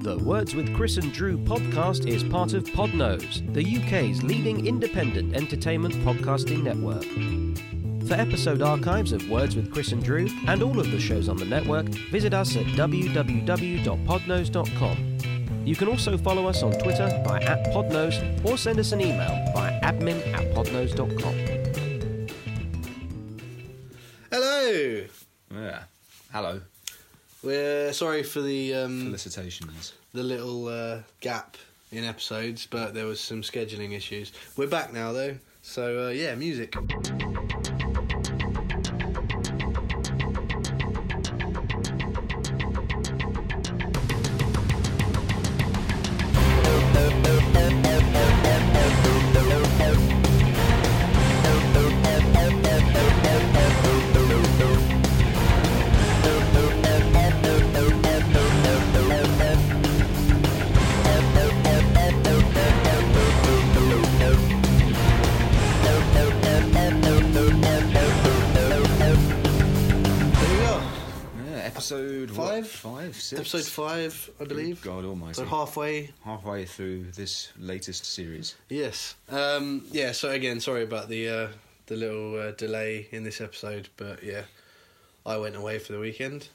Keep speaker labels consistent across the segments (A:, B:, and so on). A: The Words with Chris and Drew podcast is part of Podnose, the UK's leading independent entertainment podcasting network. For episode archives of Words with Chris and Drew and all of the shows on the network, visit us at www.podnose.com. You can also follow us on Twitter by at Podnose or send us an email by admin at podnose.com.
B: Hello.
C: Yeah. Hello.
B: We're sorry for the um,
C: Felicitations.
B: the little uh, gap in episodes, but there was some scheduling issues. We're back now though, so uh, yeah, music. Here we are.
C: Yeah, episode what,
B: Five?
C: five, six.
B: Episode five, I believe.
C: God almighty.
B: So halfway.
C: Halfway through this latest series.
B: Yes. Um, yeah. So again, sorry about the uh, the little uh, delay in this episode, but yeah, I went away for the weekend,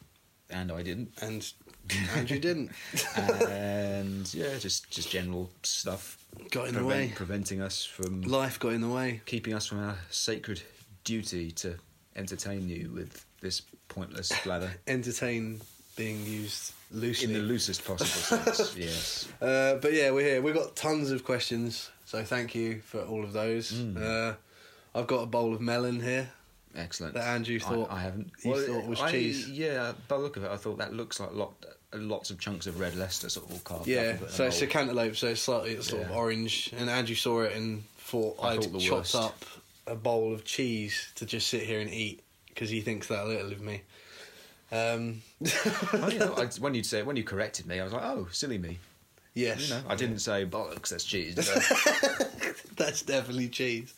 C: And I didn't.
B: and Andrew didn't.
C: and yeah, just just general stuff.
B: Got in the
C: prevent-
B: way.
C: Preventing us from
B: Life got in the way.
C: keeping us from our sacred duty to entertain you with this pointless blather.
B: Entertain being used loosely.
C: In the loosest possible sense, yes.
B: Uh, but yeah, we're here. We've got tons of questions, so thank you for all of those.
C: Mm.
B: Uh, I've got a bowl of melon here.
C: Excellent.
B: That Andrew thought-
C: I, I haven't.
B: you thought was
C: I-
B: cheese.
C: Yeah, by the look of it, I thought that looks like lot, lots of chunks of red Leicester sort of all carved up.
B: Yeah,
C: and put in
B: so it's a
C: bowl.
B: cantaloupe, so it's slightly it's sort of
C: Yeah.
B: orange. And Andrew saw it and thought
C: I
B: I'd
C: thought the
B: chopped
C: worst.
B: up a bowl of cheese to just sit here and eat because he thinks that little of me. Um,
C: I didn't know- Oh, I- when you say when you corrected me, I was like, oh, silly me.
B: yes,
C: You know, I didn't say bollocks. That's cheese. did I?
B: that's definitely cheese.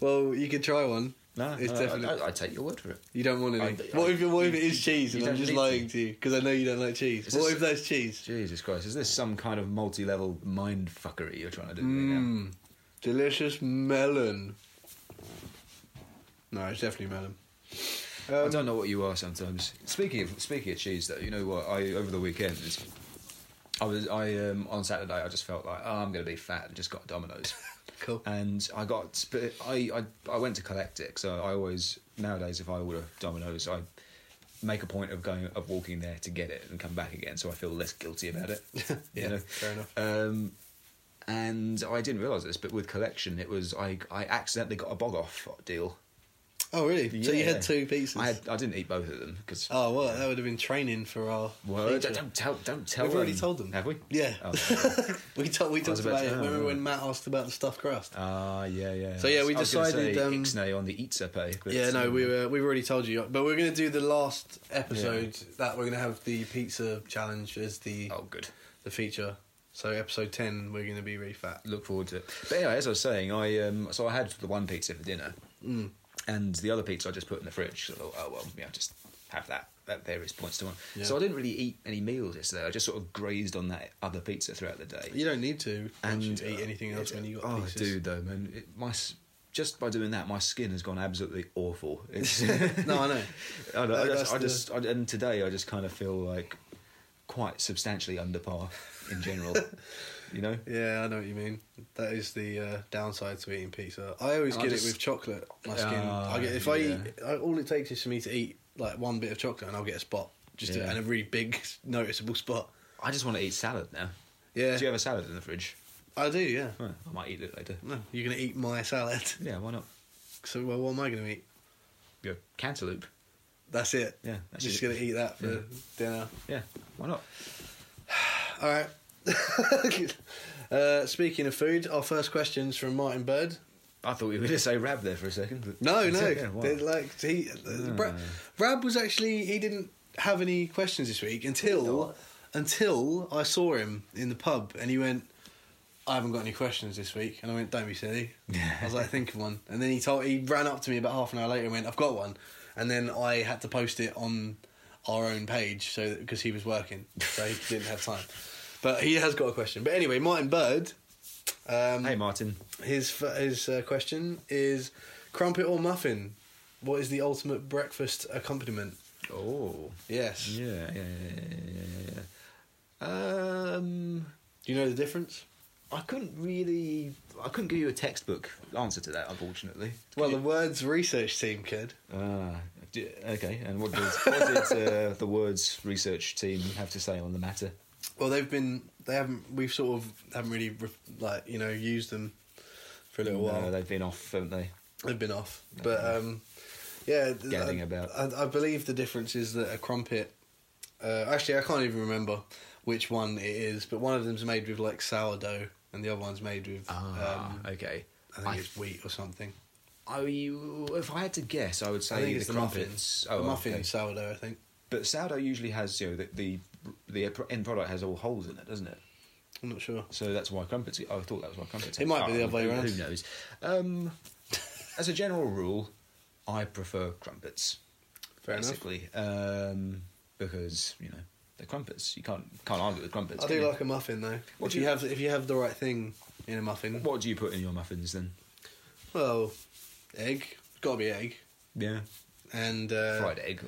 B: Well, you could try one.
C: no,
B: it's
C: no,
B: definitely.
C: I, I, I take your word for it.
B: you don't want any.
C: I- I-
B: what if what if it is
C: you-
B: cheese
C: you
B: and I'm
C: don't
B: just
C: need
B: lying
C: to.
B: to you because I know you don't like cheese.
C: Is
B: what
C: this-
B: if that's cheese?
C: Jesus Christ, is this some kind of multi-level mind fuckery you're trying to do?
B: Mm, delicious melon. No, it's definitely melon. um,
C: I don't know what you are sometimes. Speaking of speaking of cheese, though, you know what? I over the weekend, I was I um, on Saturday. I just felt like oh, I'm going to be fat and just got Domino's.
B: Cool.
C: And I got but I, I I went to collect it. So I always nowadays if I order Domino's, I make a point of going of walking there to get it and come back again, so I feel less guilty about it.
B: Yeah, fair enough.
C: Um, and I didn't realise this, but with collection, it was I I accidentally got a bog off deal.
B: Oh, really? So you
C: Yeah.
B: had two pieces?
C: I, had, I didn't eat both of them because.
B: Oh, well, that would have been training for our.
C: Well,
B: feature.
C: don't, don't tell. Don't tell. um,
B: We've already told them.
C: Have we?
B: Yeah.
C: Oh, okay.
B: we talked. we
C: I was
B: talked about,
C: about to-
B: it.
C: oh,
B: Remember
C: right.
B: when Matt asked about the stuffed crust?
C: Ah, yeah, yeah.
B: So, yeah, we
C: I was gonna
B: decided,
C: Say,
B: um,
C: Ixnay on the Itzape. but,
B: yeah, no,
C: um,
B: we were, we've already told you, but we're going to do the last episode that we're going to have the pizza challenge as the
C: Oh, good.
B: the feature. So episode ten, we're going to be really fat.
C: Look forward to it. But anyway, as I was saying, I um, so I had the one pizza for dinner,
B: Mm.
C: and the other pizza I just put in the fridge. So I thought, oh well, yeah, just have that at various points tomorrow.
B: Yeah.
C: So I didn't really eat any meals yesterday. I just sort of grazed on that other pizza throughout the day.
B: You don't need to
C: and
B: once you eat anything else when you got
C: oh,
B: pieces.
C: dude, though, man, it, my s- just by doing that, my skin has gone absolutely awful. It's,
B: No, I know.
C: I, don't- I
B: That-
C: just, I
B: that's
C: just, I, and today I just kind of feel like quite substantially under par in general. you know,
B: Yeah, I know what you mean. That is the uh, downside to eating pizza. I always
C: And I
B: get
C: just-
B: it with chocolate. My skin.
C: Ah,
B: I get, if I
C: yeah.
B: eat, I, all it takes is for me to eat like one bit of chocolate and I'll get a spot, just
C: Yeah.
B: and a really big noticeable spot.
C: I just want to eat salad now.
B: Yeah,
C: Do you have a salad in the fridge?
B: I do. Yeah.
C: Well, I might eat it later.
B: No, you're gonna eat my salad.
C: Yeah, why not?
B: So, well, what am I gonna eat?
C: Your cantaloupe.
B: That's it.
C: Yeah, that's
B: just
C: it.
B: gonna eat that for
C: Yeah.
B: dinner.
C: Yeah, why not?
B: All right. uh, speaking of food, our first question's from Martin Bird.
C: I thought we were going to say rab there for a second. But
B: No, no.
C: Yeah, why? Ah.
B: They're like he, Brad, Brad was actually he didn't have any questions this week until until I saw him in the pub and he went, "I haven't got any questions this week," and I went, "Don't be silly." I was like, "Think of one," and then he told he ran up to me about half an hour later and went, "I've got one," and then I had to post it on our own page so because he was working, so he didn't have time. But he has got a question. But anyway, Martin Bird. Um,
C: Hey, Martin.
B: His f- his uh, question is crumpet or muffin. What is the ultimate breakfast accompaniment?
C: Oh.
B: Yes.
C: Yeah, yeah, yeah, yeah, yeah, yeah. Um,
B: Do you know the difference?
C: I couldn't really. I couldn't give you a textbook answer to that, unfortunately.
B: Well, the words research team could.
C: Ah, d- okay. And what did, what did uh, the words research team have to say on the matter?
B: Well, they've been they haven't we've sort of haven't really re- like you know used them for a little
C: No,
B: while.
C: they've been off, haven't they?
B: They've been off, but um, yeah, th-
C: Gadding
B: I,
C: about.
B: I, I believe the difference is that a crumpet. Uh, actually, I can't even remember which one it is, but one of them's made with like sourdough, and the other one's made with um,
C: okay.
B: I think it's wheat or something.
C: I, if I had to guess, I would say
B: I think it's
C: the,
B: the Oh,
C: crumpets.
B: muffins.
C: Oh,
B: the muffin
C: okay.
B: sourdough, I think.
C: But sourdough usually has you know the, the the end product has all holes in it, doesn't it?
B: I'm not sure.
C: So that's why crumpets. I thought that was why crumpets.
B: It might be
C: Oh,
B: the other way
C: who-
B: around.
C: Who knows? Um, as a general rule, I prefer crumpets.
B: Fair enough.
C: basically, um, because you know they're crumpets. You can't can't argue with crumpets.
B: I
C: can
B: do
C: you?
B: like a muffin though.
C: What
B: if
C: do
B: you
C: you-
B: have if you have the right thing in a muffin,
C: What do you put in your muffins then?
B: well, egg, got to be egg,
C: Yeah,
B: and uh,
C: fried egg.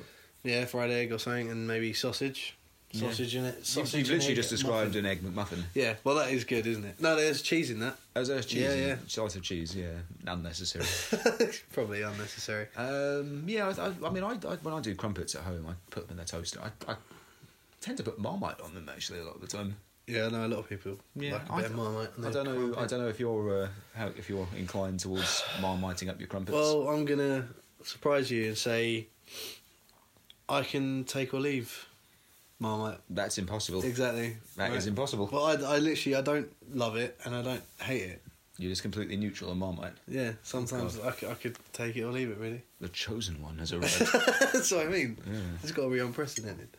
B: Yeah, fried egg or something, and maybe sausage.
C: Yeah.
B: Sausage in it.
C: You've,
B: Sausage
C: you've
B: and
C: literally
B: egg
C: just described
B: muffin.
C: an egg McMuffin.
B: Yeah, well, that is good, isn't it? No, there's cheese in that.
C: As a cheese,
B: Yeah,
C: and
B: yeah.
C: slice of cheese. Yeah, unnecessary.
B: Probably unnecessary.
C: um, yeah, I, I, I mean, I, I when I do crumpets at home, I put them in their toaster. I, I tend to put Marmite on them actually a lot of the time.
B: Yeah, I know a lot of people like a
C: I,
B: bit of Marmite. and
C: I
B: a
C: don't know.
B: crumpet.
C: I don't know if you're uh, how, if you're inclined towards marmiting up your crumpets.
B: Well, I'm gonna surprise you and say I can take or leave Marmite.
C: that's impossible. That is
B: Exactly. Right.
C: impossible.
B: Well, I, I literally I don't love it and I don't hate it.
C: You're just completely neutral on Marmite.
B: Yeah, sometimes I, c- I could take it or leave it really.
C: The chosen one has arrived.
B: That's what I mean. It's got to be unprecedented.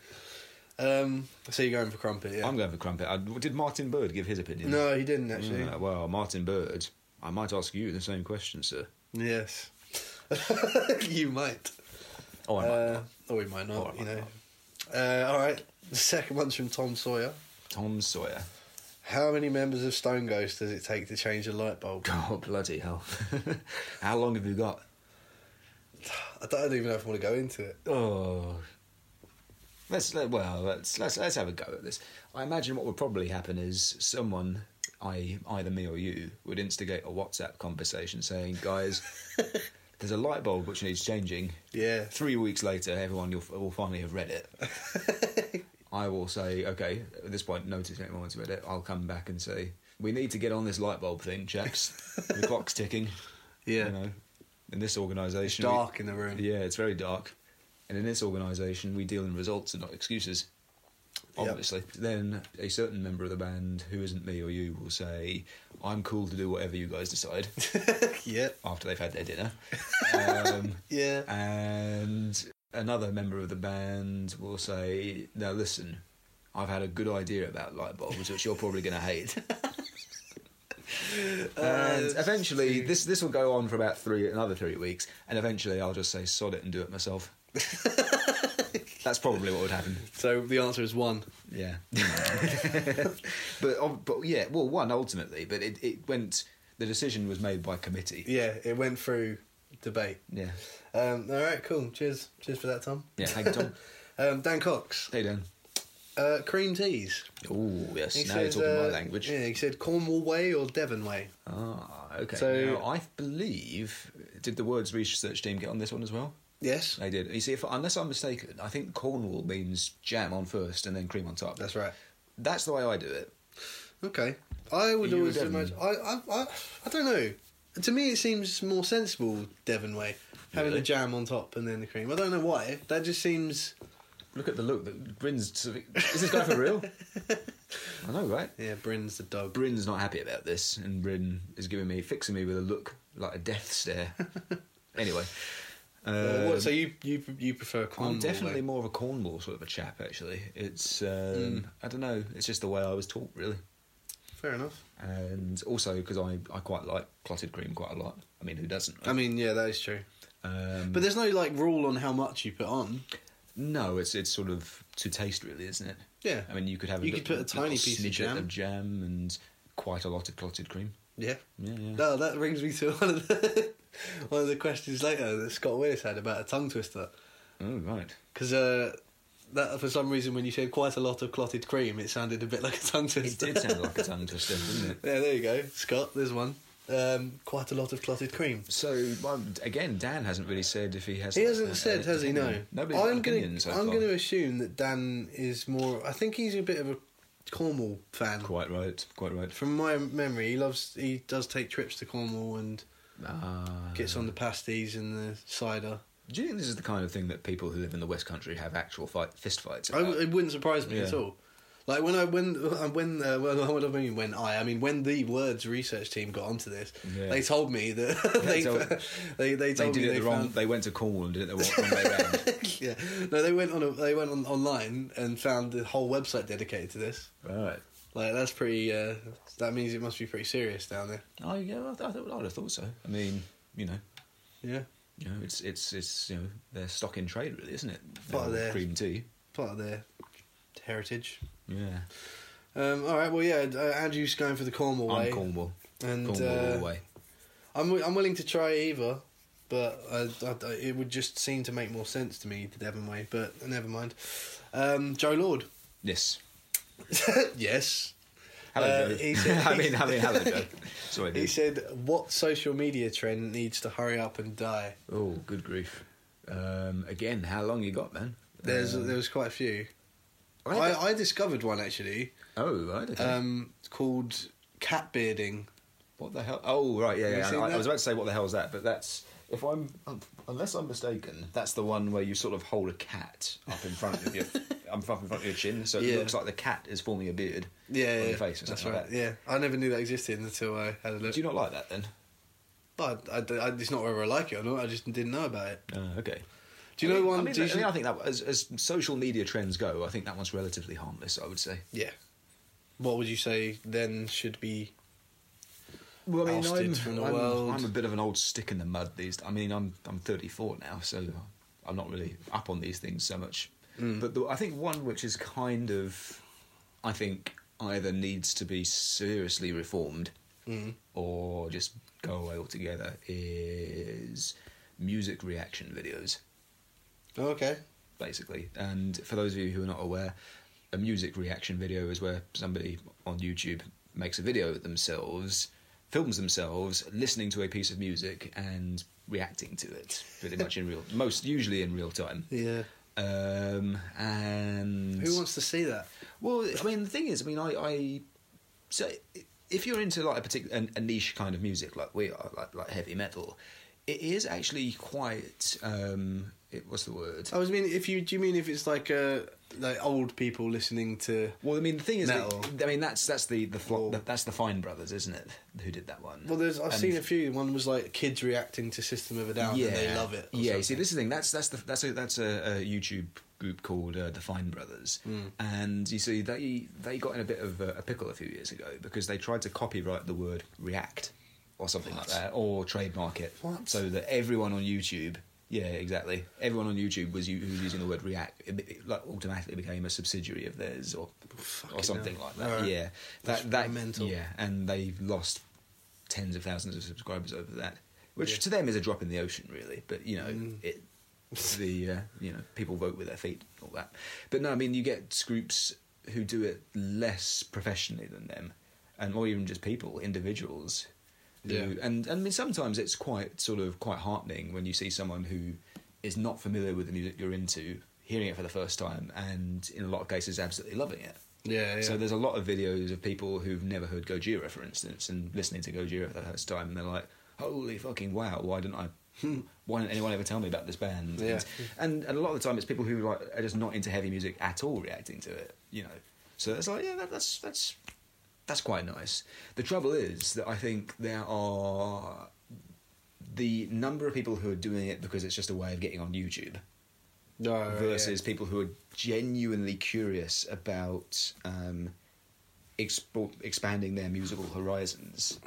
B: Um, so you're going for crumpet, yeah?
C: I'm going for crumpet. I, did Martin Bird give his opinion?
B: no, he didn't actually.
C: Yeah, well, Martin Bird, I might ask you the same question, sir.
B: Yes, you might.
C: Oh, I might
B: Uh,
C: not.
B: or we might not.
C: Or I might
B: you know. Uh, all right. The second one's from Tom Sawyer.
C: Tom Sawyer.
B: How many members of Stone Ghost does it take to change a light bulb?
C: God, bloody hell. How long have you got?
B: I don't, I don't even know if I want to go into it.
C: Oh. Let's let, well let's, let's let's have a go at this. I imagine what would probably happen is someone, I either me or you, would instigate a WhatsApp conversation saying, "Guys, there's a light bulb which needs changing.
B: Yeah.
C: Three weeks later, everyone you'll, will finally have read it. I will say, okay, at this point, notice anyone to read it. I'll come back and say, we need to get on this light bulb thing, chaps. the clock's ticking.
B: Yeah.
C: You know, in this organisation. we-
B: Dark in the room.
C: yeah, it's very dark. And in this organisation, we deal in results and not excuses.
B: Yep.
C: Obviously. Then a certain member of the band, who isn't me or you, will say, I'm cool to do whatever you guys decide
B: Yeah.
C: after they've had their dinner. Um,
B: Yeah.
C: and another member of the band will say, Now listen, I've had a good idea about light bulbs, which you're probably going to hate. and eventually, this this will go on for about three another three weeks, and eventually I'll just say sod it and do it myself. That's probably what would happen.
B: So the answer is one.
C: Yeah, but um, but yeah, well, one ultimately, but it, it went. The decision was made by committee.
B: Yeah, it went through debate.
C: Yeah,
B: Um, all right, cool. Cheers. Cheers for that, Tom.
C: yeah. Thank you, Tom.
B: Um, Dan Cox.
C: hey, Dan.
B: Uh, cream teas.
C: Oh yes,
B: He
C: now
B: said,
C: you're talking
B: uh,
C: my language.
B: Yeah, he said Cornwall Way or Devon Way.
C: Ah, okay.
B: So-
C: now, I believe did the words research team get on this one as well?
B: Yes,
C: They did. You see, if unless I'm mistaken, I think Cornwall means jam on first and then cream on top.
B: that's right.
C: That's the way I do it.
B: Okay, I would
C: You
B: always
C: Devon?
B: imagine. I, I, I, I don't know. To me, it seems more sensible Devon Way, having
C: Really?
B: the jam on top and then the cream. I don't know why. That just seems.
C: Look at the look that Bryn's. Is this guy for real? I know, right?
B: Yeah, Bryn's the dog.
C: Bryn's not happy about this, and Bryn is giving me fixing me with a look like a death stare. anyway,
B: Uh,
C: um,
B: what, so you you you prefer Cornwall?
C: I'm definitely
B: Way. Hmm.
C: more of a Cornwall sort of a chap. Actually, it's um, I don't know. It's just the way I was taught, really.
B: fair enough.
C: and also because I, I quite like clotted cream quite a lot. I
B: Um,
C: mean, who doesn't?
B: I mean, yeah, that is true.
C: um,
B: But there's no like rule on how much you put on.
C: No, it's it's sort of to taste, really, isn't it?
B: Yeah.
C: I mean, you could have
B: You could
C: bit-
B: put a
C: little
B: tiny piece of
C: snidget
B: jam.
C: of jam and quite a lot of clotted cream.
B: Yeah.
C: Yeah, yeah.
B: No, that brings me to one of the one of the questions later that Scott Willis had about a tongue twister.
C: Oh right.
B: Because uh, that for some reason, when you said quite a lot of clotted cream, it sounded a bit like a tongue
C: It
B: twister.
C: did sound like a tongue twister, didn't it?
B: yeah, there you go, Scott. There's one. Um, quite a lot of clotted cream.
C: So well, again, Dan hasn't really said if he has.
B: He hasn't
C: uh,
B: said, has he? No.
C: Nobody's got an
B: I'm
C: opinion
B: going
C: so
B: to. I'm
C: far.
B: going to assume that Dan is more. I think he's a bit of a Cornwall fan.
C: Quite right. Quite right.
B: From my memory, he loves. He does take trips to Cornwall and
C: Ah.
B: gets on the pasties and the cider.
C: Do you think this is the kind of thing that people who live in the West Country have actual fight, fist fights?
B: I,
C: About?
B: it wouldn't surprise me at
C: Yeah.
B: all. Like when I when when uh, well, what do I mean when I I mean when the words research team got onto this,
C: Yeah.
B: they told me that they
C: They told-
B: they they
C: they
B: told
C: did
B: me
C: it
B: they
C: the wrong.
B: found-
C: They went to Cornwall and did it the wrong way round.
B: yeah, no, they went on a, they went on online and found a whole website dedicated to this.
C: Right.
B: Like that's pretty. Uh, that means it must be pretty serious down there.
C: Oh yeah, I, th- I th- I'd have thought so. I mean, you know,
B: Yeah,
C: you know, it's it's it's you know their stock in trade, really, isn't it?
B: Part of
C: Their
B: their-
C: cream tea.
B: part of their heritage.
C: Yeah,
B: Um, all right, well, yeah, uh, Andrew's going for the Cornwall way.
C: I'm Cornwall.
B: And,
C: Cornwall
B: uh,
C: all the way.
B: I'm wi- I'm willing to try either, but I, I- I- it would just seem to make more sense to me the Devon way. But never mind. Um, Joe Lord.
C: Yes.
B: yes.
C: Hello,
B: Uh,
C: Joe.
B: he said-
C: I mean, I mean, hello, Joe. Sorry,
B: He
C: dude.
B: said, "What social media trend needs to hurry up and die?"
C: Oh, good grief. Um, again, how long you got, man?
B: There's
C: Um,
B: there was quite a few.
C: I
B: I,
C: don't-
B: I discovered one actually
C: oh, right. Okay.
B: um, called cat bearding.
C: what the hell? Oh, right. Yeah,
B: you
C: yeah.
B: seen
C: I, I
B: that?
C: was about to say, what the hell's that? But that's if I'm, um, unless I'm mistaken, that's the one where you sort of hold a cat up in front of your, up in front of your chin, so it
B: Yeah.
C: looks like the cat is forming a beard.
B: Yeah,
C: on
B: yeah
C: your face or
B: that's
C: something
B: right.
C: like that.
B: Yeah, I never knew that existed until I had a look.
C: Do you not like that then?
B: But I, I- it's not whether I like it or not. I just didn't know about it.
C: Uh, okay.
B: Do you
C: I
B: know
C: mean-
B: one?
C: I mean,
B: do you-
C: I, mean, I think that as, as social media trends go, I think that one's relatively harmless. I would say.
B: Yeah. What would you say then should be?
C: Well,
B: I mean, Ousted I'm- from the
C: I'm,
B: world.
C: I'm a bit of an old stick in the mud these. I mean, I'm I'm 34 now, so I'm not really up on these things so much.
B: Mm.
C: But the, I think one which is kind of, I think either needs to be seriously reformed
B: Mm.
C: or just go away altogether is music reaction videos.
B: Oh, okay.
C: basically. And for those of you who are not aware, a music reaction video is where somebody on YouTube makes a video of themselves, films themselves listening to a piece of music and reacting to it, pretty much in real, most usually in real time.
B: Yeah.
C: Um, and
B: Who wants to see that?
C: well, I mean, the thing is, I mean, I, I so if you're into like a particular a niche kind of music like we are, like like heavy metal, it is actually quite. Um, it, what's the word?
B: I was mean, if you do you mean if it's like uh like old people listening to?
C: Well, I mean, the thing is,
B: Metal.
C: that- I mean, that's that's the the flo-
B: Or-
C: that's the Fine Brothers, isn't it? Who did that one?
B: Well, there's I've
C: And-
B: seen a few. One was like kids reacting to System of a Down and they love it. or
C: Yeah, you see,
B: something.
C: this is the thing. That's that's the that's a that's a, a YouTube group called uh, the Fine Brothers,
B: Hmm.
C: and you see they they got in a bit of a, a pickle a few years ago because they tried to copyright the word react or something like that, or trademark it,
B: What?
C: so that everyone on YouTube. Yeah, exactly. Everyone on YouTube was, u- who was using the word React. It, it, like automatically became a subsidiary of theirs, or
B: Fucking
C: or something
B: hell.
C: like that.
B: Alright.
C: Yeah,
B: That's
C: that that
B: mental.
C: Yeah, and they lost tens of thousands of subscribers over that, which
B: Yeah. Mm.
C: to them is a drop in the ocean, really. But you know, it the uh, you know people vote with their feet, and all that. But no, I mean you get groups who do it less professionally than them, and or even just people, individuals. Who,
B: Yeah.
C: and, and I mean sometimes it's quite sort of quite heartening when you see someone who is not familiar with the music you're into hearing it for the first time and in a lot of cases absolutely loving it.
B: yeah, yeah.
C: So there's a lot of videos of people who've never heard Gojira, for instance, and listening to Gojira for the first time, and they're like, "Holy fucking wow! Why didn't I? Why didn't anyone ever tell me about this band?"
B: Hmm. Yeah.
C: And, and and a lot of the time, it's people who like are just not into heavy music at all reacting to it. You know, so it's like, yeah, that, that's that's that's quite nice. The trouble is that I think there are the number of people who are doing it because it's just a way of getting on YouTube
B: No, right, yeah.
C: versus people who are genuinely curious about um, expo- expanding their musical horizons.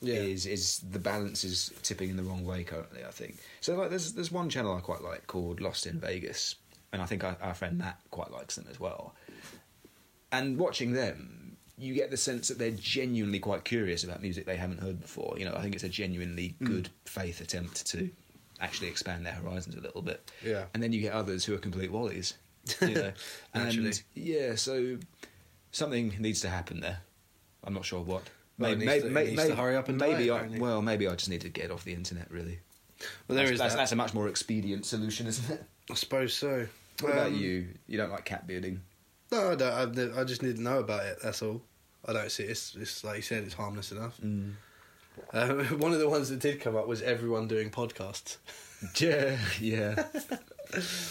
B: Yeah.
C: Is is the balance is tipping in the wrong way currently? I think so. Like, there's there's one channel I quite like called Lost in Vegas, and I think our, our friend Matt quite likes them as well. And watching them, you get the sense that they're genuinely quite curious about music they haven't heard before. You know, I think it's a genuinely
B: Hmm.
C: good faith attempt to actually expand their horizons a little bit.
B: Yeah.
C: And then you get others who are complete wallies. You know,
B: Naturally.
C: and yeah, so something needs to happen there. I'm not sure what.
B: Well, it
C: Maybe,
B: needs
C: maybe,
B: to- it needs to hurry up and die,
C: maybe I,
B: apparently.
C: well, maybe I just need to get off the internet. Really,
B: Well, there
C: that's,
B: is
C: that's,
B: that.
C: that's a much more expedient solution, isn't it?
B: I suppose so.
C: What about
B: Um,
C: you? You don't like cat bearding.
B: No, I don't. I've ne- I just need to know about it. That's all. I don't see it. It's, it's like you said, it's harmless enough.
C: Mm.
B: Um, one of the ones that did come up was everyone doing podcasts.
C: Mm-hmm. Yeah, yeah.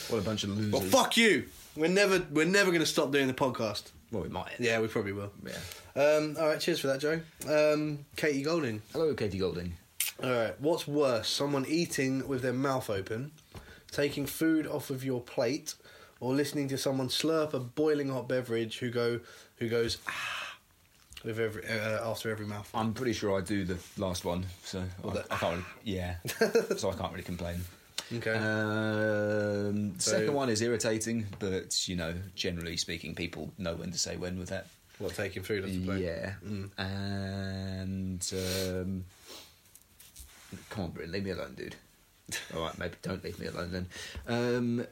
C: what a bunch of losers.
B: Well, fuck you. We're never, we're never going to stop doing the podcast.
C: Well, we might.
B: Yeah, we probably will.
C: Yeah.
B: Um, all right, cheers for that, Joe. Um, Katie Golding.
C: Hello, Katie Golding.
B: All right, what's worse, someone eating with their mouth open, taking food off of your plate, or listening to someone slurp a boiling hot beverage who go who goes ah with every uh, after every mouthful.
C: I'm pretty sure I do the last one, so I,
B: that-
C: I can't. Really, yeah, so I can't really complain.
B: Okay.
C: Uh, Um,
B: So-
C: second one is irritating, but you know, generally speaking, people know when to say when with that.
B: Well, taking food off the plate.
C: Yeah, and um, come on, Bryn, leave me alone, dude. All right, maybe don't leave me alone then. Um,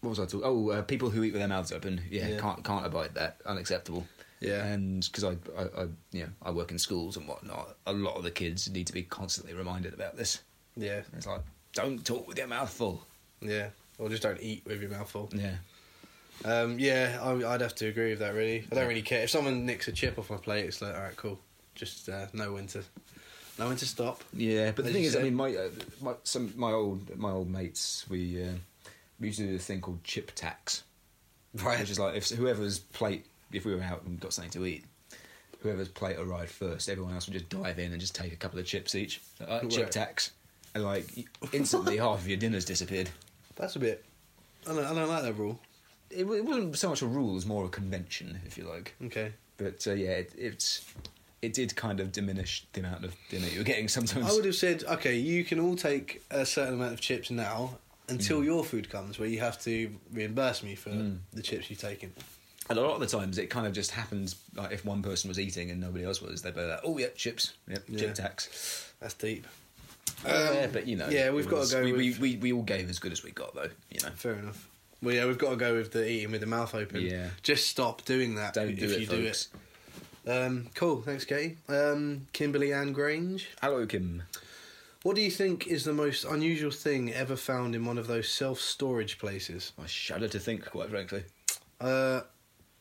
C: what was I talking? Oh, uh, people who eat with their mouths open. Yeah,
B: Yeah.
C: can't can't abide that. Unacceptable.
B: Yeah.
C: and because I, I, I, you know, I work in schools and whatnot. A lot of the kids need to be constantly reminded about this.
B: Yeah,
C: It's like, don't talk with your mouth full.
B: yeah. Or just don't eat with your mouth full.
C: Yeah,
B: Um, yeah, I, I'd have to agree with that. Really, I don't
C: Yeah.
B: really care if someone nicks a chip off my plate. It's like, all right, cool. Just uh, know when to, know when to stop.
C: Yeah, but the
B: As
C: thing
B: you
C: is, I
B: said.
C: mean, my, uh, my some my old my old mates, we uh, we used to do this thing called chip tax,
B: Right.
C: Which is like if whoever's plate, if we were out and got something to eat, whoever's plate arrived first, everyone else would just dive in and just take a couple of chips each, like, "Uh, chip
B: Right.
C: tax, and like instantly half of your dinner's disappeared.
B: That's a bit. I don't, I don't like that rule.
C: It, wa- it wasn't so much a rule; it was more a convention, if you like.
B: Okay.
C: But uh, yeah, it, it's it did kind of diminish the amount of dinner you were getting sometimes.
B: I would have said, okay, you can all take a certain amount of chips now
C: Mm.
B: until your food comes, where you have to reimburse me for the chips you've taken.
C: And a lot of the times, it kind of just happens. Like if one person was eating and nobody else was, they'd be like, "Oh, yep, chips, yep,
B: Yeah.
C: chip tax."
B: That's deep.
C: yeah, but you know,
B: yeah, we've
C: it
B: gotta
C: was-
B: go
C: We,
B: with-
C: we, we we all gave as good as we got, though. You know,
B: Fair enough. Well, yeah, we've got to go with the eating with the mouth open.
C: Yeah.
B: Just stop doing that
C: don't
B: if
C: do it,
B: you
C: folks.
B: do it. Um, cool. Thanks, Katie. Um, Kimberly Ann Grange.
C: Hello, Kim.
B: What do you think is the most unusual thing ever found in one of those self storage places?
C: I shudder to think, quite frankly.
B: Uh,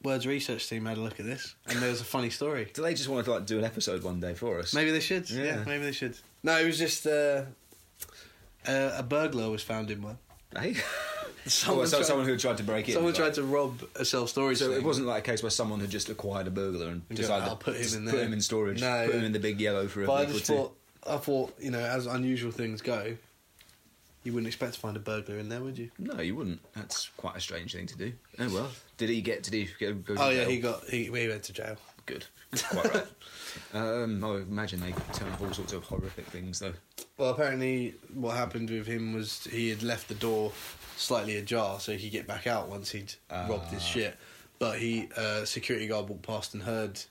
B: Words research team had a look at this, and there's a funny story.
C: Do they just want to like do an episode one day for us?
B: Maybe they should. Yeah,
C: Yeah.
B: maybe they should. No, it was just uh, uh, a burglar was found in one.
C: Hey,
B: Someone
C: Oh, so
B: tried-
C: someone who tried to break in.
B: Someone
C: like-
B: tried to rob a self storage.
C: So it wasn't like a case where someone had just acquired a burglar and
B: And go,
C: decided
B: "I'll put him
C: just
B: in
C: put
B: there."
C: him in storage,
B: No.
C: put him in the big yellow for a
B: But I
C: week or
B: just
C: two.
B: thought, I thought, you know, as unusual things go, you wouldn't expect to find a burglar in there, would you?
C: No, you wouldn't. That's quite a strange thing to do. Oh well. Did he get? Did he go? go to
B: Oh yeah,
C: jail?
B: he got he, he went to jail.
C: Good. Quite right. um, I would imagine they turn up all sorts of horrific things, though.
B: Well, apparently, what happened with him was he had left the door slightly ajar so he could get back out once he'd uh, robbed his shit. But he, uh, security guard walked past and heard,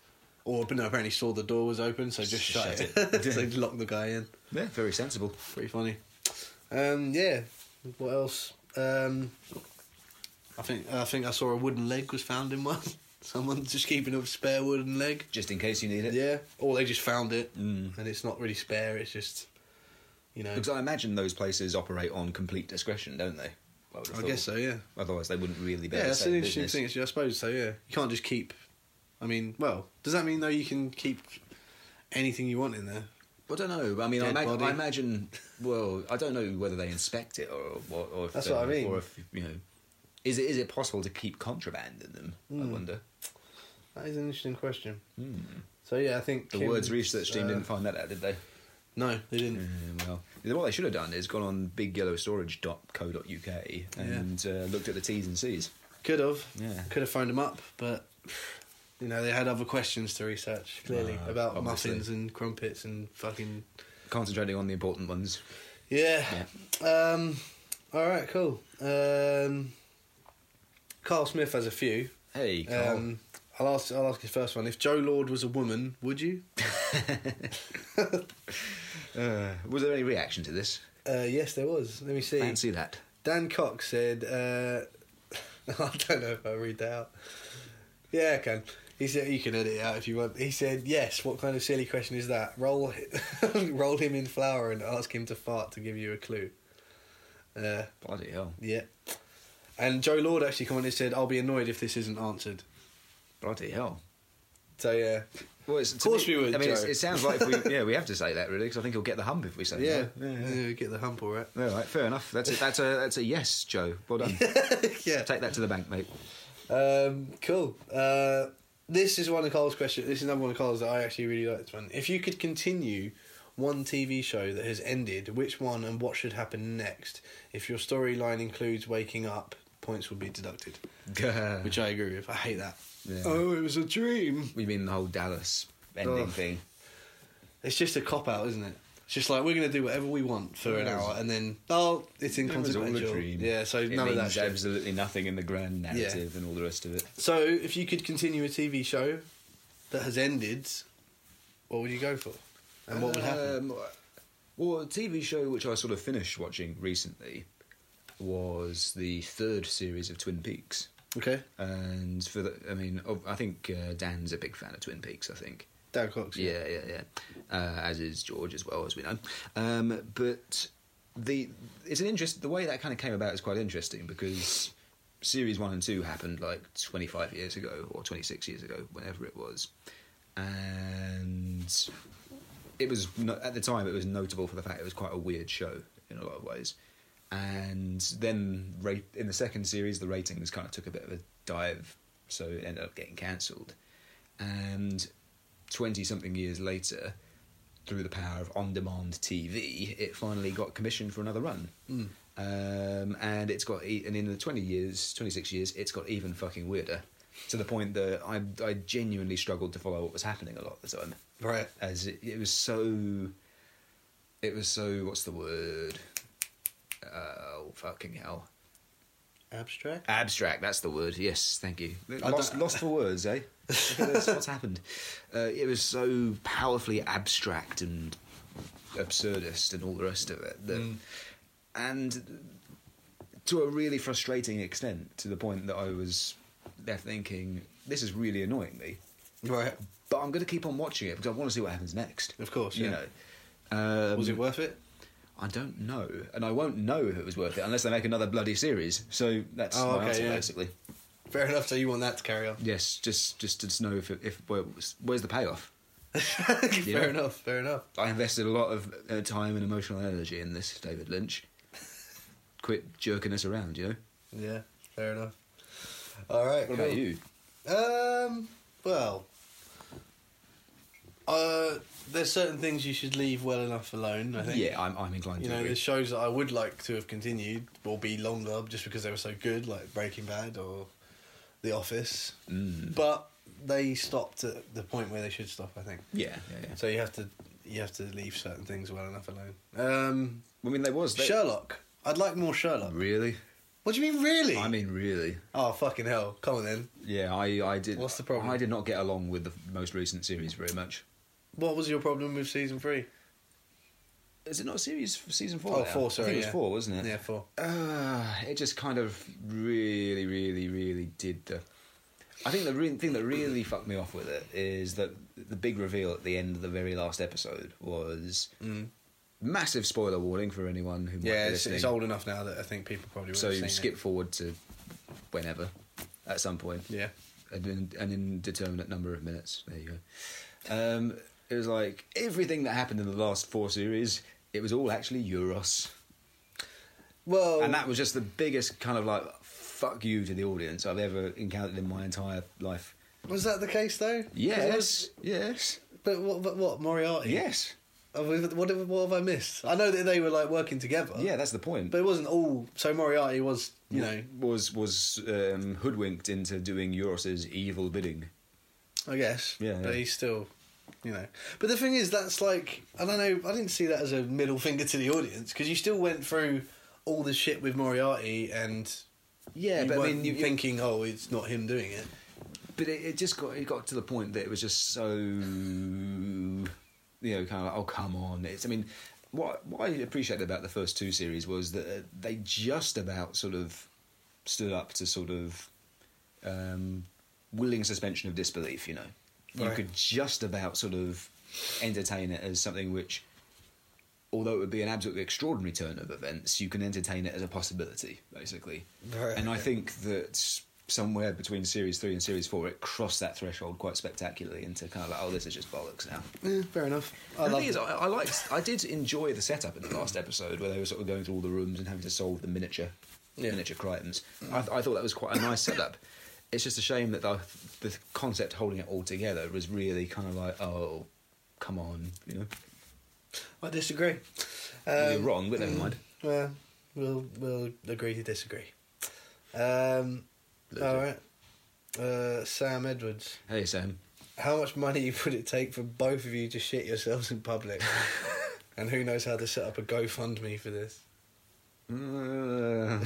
B: or no, apparently saw the door was open, so just shut,
C: Shut
B: it.
C: it.
B: so he locked the guy in.
C: Yeah, very sensible.
B: Pretty funny. Um, yeah. What else? Um, I think I think I saw a wooden leg was found in one. Someone just keeping a spare wooden leg.
C: Just in case you need it.
B: Yeah. Or they just found it,
C: Mm.
B: and it's not really spare. It's just, you know.
C: Because I imagine those places operate on complete discretion, don't they? I, would have
B: I
C: thought.
B: guess so. Yeah.
C: Otherwise, they wouldn't really be.
B: Yeah,
C: able to
B: that's
C: stay
B: an
C: in
B: interesting
C: business.
B: thing. Actually, I suppose so. Yeah, you can't just keep. I mean, well, does that mean though you can keep anything you want in there?
C: I don't know. I mean, I,
B: Dead
C: imag-
B: body.
C: I imagine. Well, I don't know whether they inspect it or or, or if
B: That's
C: they-
B: what I mean.
C: Or if you know, is it is it possible to keep contraband in them?
B: Hmm.
C: I wonder. Hmm.
B: That is an interesting question. So yeah, I think
C: The
B: Kim-
C: words research team
B: uh,
C: didn't find that out, did they?
B: No, they didn't.
C: Yeah, well, what they should have done is gone on bigyellowstorage.co.uk and uh, looked at the T's and C's.
B: Could have.
C: Yeah.
B: Could have phoned them up, but you know they had other questions to research clearly
C: Ah,
B: about
C: obviously.
B: muffins and crumpets and fucking
C: Concentrating on the important ones.
B: yeah. Um, All right, cool. Um, Carl Smith has a few.
C: Hey, Carl.
B: Um, I'll ask. I'll ask his first one. If Joe Lord was a woman, would you?
C: uh, was there any reaction to this?
B: Uh, yes, there was. Let me see.
C: Fancy that.
B: Dan Cox said, uh, I don't know if I read that out. Yeah, I can. He said, you can edit it out if you want. He said, yes, what kind of silly question is that? Roll, roll him in flour and ask him to fart to give you a clue. Uh,
C: Bloody hell.
B: yeah. And Joe Lord actually commented and said, I'll be annoyed if this isn't answered.
C: Bloody hell.
B: So, yeah.
C: Well, it's,
B: Of course we would,
C: I mean, it's,
B: Joe.
C: it sounds like if we, yeah, we have to say that really because I think he'll get the hump if we say
B: Yeah.
C: that.
B: yeah, Get the hump all right.
C: All right, fair enough. That's a, that's a that's a yes, Joe. Well done.
B: yeah.
C: Take that to the bank, mate.
B: Um, cool. Uh, this is one of Carl's questions. This is another one of Carl's that I actually really like. This one. If you could continue one TV show that has ended, which one and what should happen next? If your storyline includes waking up, points will be deducted. Which I agree with. I hate that.
C: Yeah.
B: Oh, it was a dream.
C: we mean the whole Dallas ending
B: Ugh.
C: thing.
B: It's just a cop out, isn't it? It's just like we're going to do whatever we want for an
C: It was-
B: hour, and then oh, it's
C: It was all a
B: inconsequential.
C: dream.
B: Yeah, so
C: it
B: none of that.
C: means
B: shit.
C: absolutely nothing in the grand narrative and all the rest of it.
B: So, if you could continue a TV show that has ended, what would you go for? And what would happen?
C: Um, well, a TV show which I sort of finished watching recently was the third series of Twin Peaks.
B: Okay,
C: And for the, I mean, oh, I think uh, Dan's a big fan of Twin Peaks. I think.
B: Dan Cox.
C: Yeah, yeah, yeah. Uh, as is George as well, as we know. Um, but the it's an interest. The way that kind of came about is quite interesting because series one and two happened like 25 years ago or 26 years ago, whenever it was, and it was no, at the time it was notable for the fact it was quite a weird show in a lot of ways. And then ra- in the second series, the ratings kind of took a bit of a dive, so it ended up getting cancelled. And 20 something years later, through the power of on demand TV, it finally got commissioned for another run. Um, and it's got, e- and in the 20 years, 26 years, it's got even fucking weirder to the point that I, I genuinely struggled to follow what was happening a lot of the time
B: Right.
C: as it, it was so it was so what's the word oh fucking hell
B: Abstract.
C: abstract that's the word yes thank you
B: I
C: lost,
B: don't-
C: lost for words eh Look at this, what's happened uh, it was so powerfully abstract and absurdist and all the rest of it that, and to a really frustrating extent to the point that i was left thinking this is really annoying me
B: Right.
C: but I'm going to keep on watching it because I want to see what happens next.
B: Of course,
C: you
B: yeah.
C: know. Um,
B: Was it worth it?
C: I don't know, and I won't know if it was worth it unless they make another bloody series. So that's
B: Oh,
C: my
B: okay,
C: answer,
B: yeah.
C: basically.
B: Fair enough. So you want that to carry on?
C: Yes, just just to just know if it, if where, where's the payoff. Yeah.
B: fair enough. Fair enough.
C: I invested a lot of uh, time and emotional energy in this, David Lynch. Quit jerking us around, you know.
B: Yeah. Fair enough. All right.
C: What about
B: cool.
C: you?
B: Um. Well. Uh, there's certain things you should leave well enough alone. I think.
C: Yeah, I'm I'm inclined
B: You
C: to
B: know,
C: agree.
B: there's shows that I would like to have continued or be longer just because they were so good, like Breaking Bad or The Office.
C: Mm.
B: But they stopped at the point where they should stop, I think.
C: Yeah, yeah, yeah.
B: So you have to you have to leave certain things well enough alone. Um,
C: I mean, there was there-
B: Sherlock. I'd like more Sherlock.
C: Really?
B: What do you mean, really?
C: I mean, really?
B: oh fucking hell! Come on then.
C: Yeah, I, I did.
B: What's the problem?
C: I did not get along with the most recent series very much.
B: What was your problem with season three?
C: Is it not a series for season four?
B: Oh,
C: now?
B: four. Sorry,
C: I think it
B: yeah.
C: was four, wasn't it?
B: Yeah, four.
C: Uh, it just kind of really, really, really did the. I think the re- thing that really fucked me off with it is that the big reveal at the end of the very last episode was
B: Mm.
C: massive spoiler warning for anyone who might
B: Yeah,
C: be
B: it's,
C: listening.
B: it's old enough now that I think people probably would
C: so
B: have seen
C: skip forward to whenever, at some point.
B: It. Yeah.
C: an, in- an indeterminate number of minutes. There you go. Um, it was like everything that happened in the last four series. It was all actually Euros,
B: Well,
C: and that was just the biggest kind of like fuck you to the audience I've ever encountered in my entire life.
B: was that the case though? That was-
C: Yes, yes,
B: But what, but what Moriarty?
C: yes.
B: Uh, What, what, have- what have I missed? I know that they were like working together.
C: Yeah, that's the point.
B: But it wasn't all. So Moriarty was, you know,
C: was was um, hoodwinked into doing Euros's evil bidding.
B: I guess.
C: Yeah,
B: But
C: yeah.
B: he's still, you know. But the thing is, that's like I don't know. I didn't see that as a middle finger to the audience because you still went through all this shit with Moriarty and
C: Yeah,
B: you
C: but I
B: weren't
C: mean, you, you,
B: thinking, oh, it's not him doing it.
C: but it, it just got it got to the point that it was just so you know kind of like, oh come on it's i mean what what i appreciated about the first two series was that uh, they just about sort of stood up to sort of um willing suspension of disbelief you know you
B: Right.
C: could just about sort of entertain it as something which although it would be an absolutely extraordinary turn of events, you can entertain it as a possibility, basically.
B: Right,
C: and I
B: yeah.
C: think that somewhere between series three and series four, it crossed that threshold quite spectacularly into kind of like, oh, this is just bollocks now.
B: Yeah, fair enough. I
C: And the
B: love
C: thing is, I, I liked, I did enjoy the setup in the last episode where they were sort of going through all the rooms and having to solve the miniature,
B: Yeah.
C: miniature crimes. I, th- I thought that was quite a nice setup. It's just a shame that the, the concept holding it all together was really kind of like, oh, come on, you know,
B: I disagree.
C: you're
B: Um,
C: wrong, but never mind.
B: well, we'll we'll agree to disagree. Um, all right. Uh, Sam Edwards,
C: Hey, Sam.
B: how much money would it take for both of you to shit yourselves in public? and who knows how to set up a GoFundMe for this?
C: Um,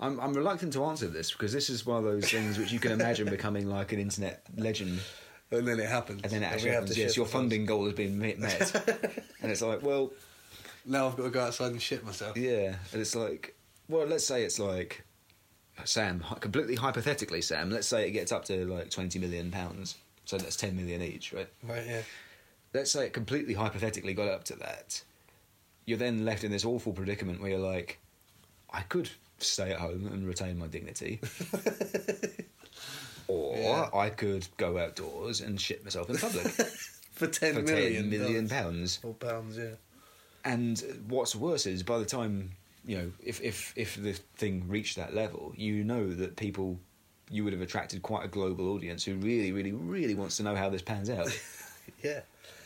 C: I'm, I'm reluctant to answer this because this is one of those things which you can imagine becoming like an internet legend,
B: And then it happens.
C: and then it actually
B: we have
C: happens.
B: to
C: Yes,
B: shit
C: your
B: ourselves.
C: funding goal has been mi- met, and it's like, well,
B: Now I've got to go outside and shit myself.
C: yeah, and it's like, well, let's say it's like, Sam, hy- completely hypothetically, Sam. Let's say it gets up to like twenty million pounds, so that's ten million each, right?
B: Right, yeah.
C: let's say it completely hypothetically got up to that, you're then left in this awful predicament where you're like, I could stay at home and retain my dignity. or
B: Yeah.
C: I could go outdoors and shit myself in public for
B: For ten
C: 10
B: million
C: million
B: dollars.
C: pounds.
B: Or pounds, yeah.
C: And what's worse is by the time, you know, if, if, if the thing reached that level, you know that people, you would have attracted quite a global audience who really, really, really wants to know how this pans out.
B: Yeah.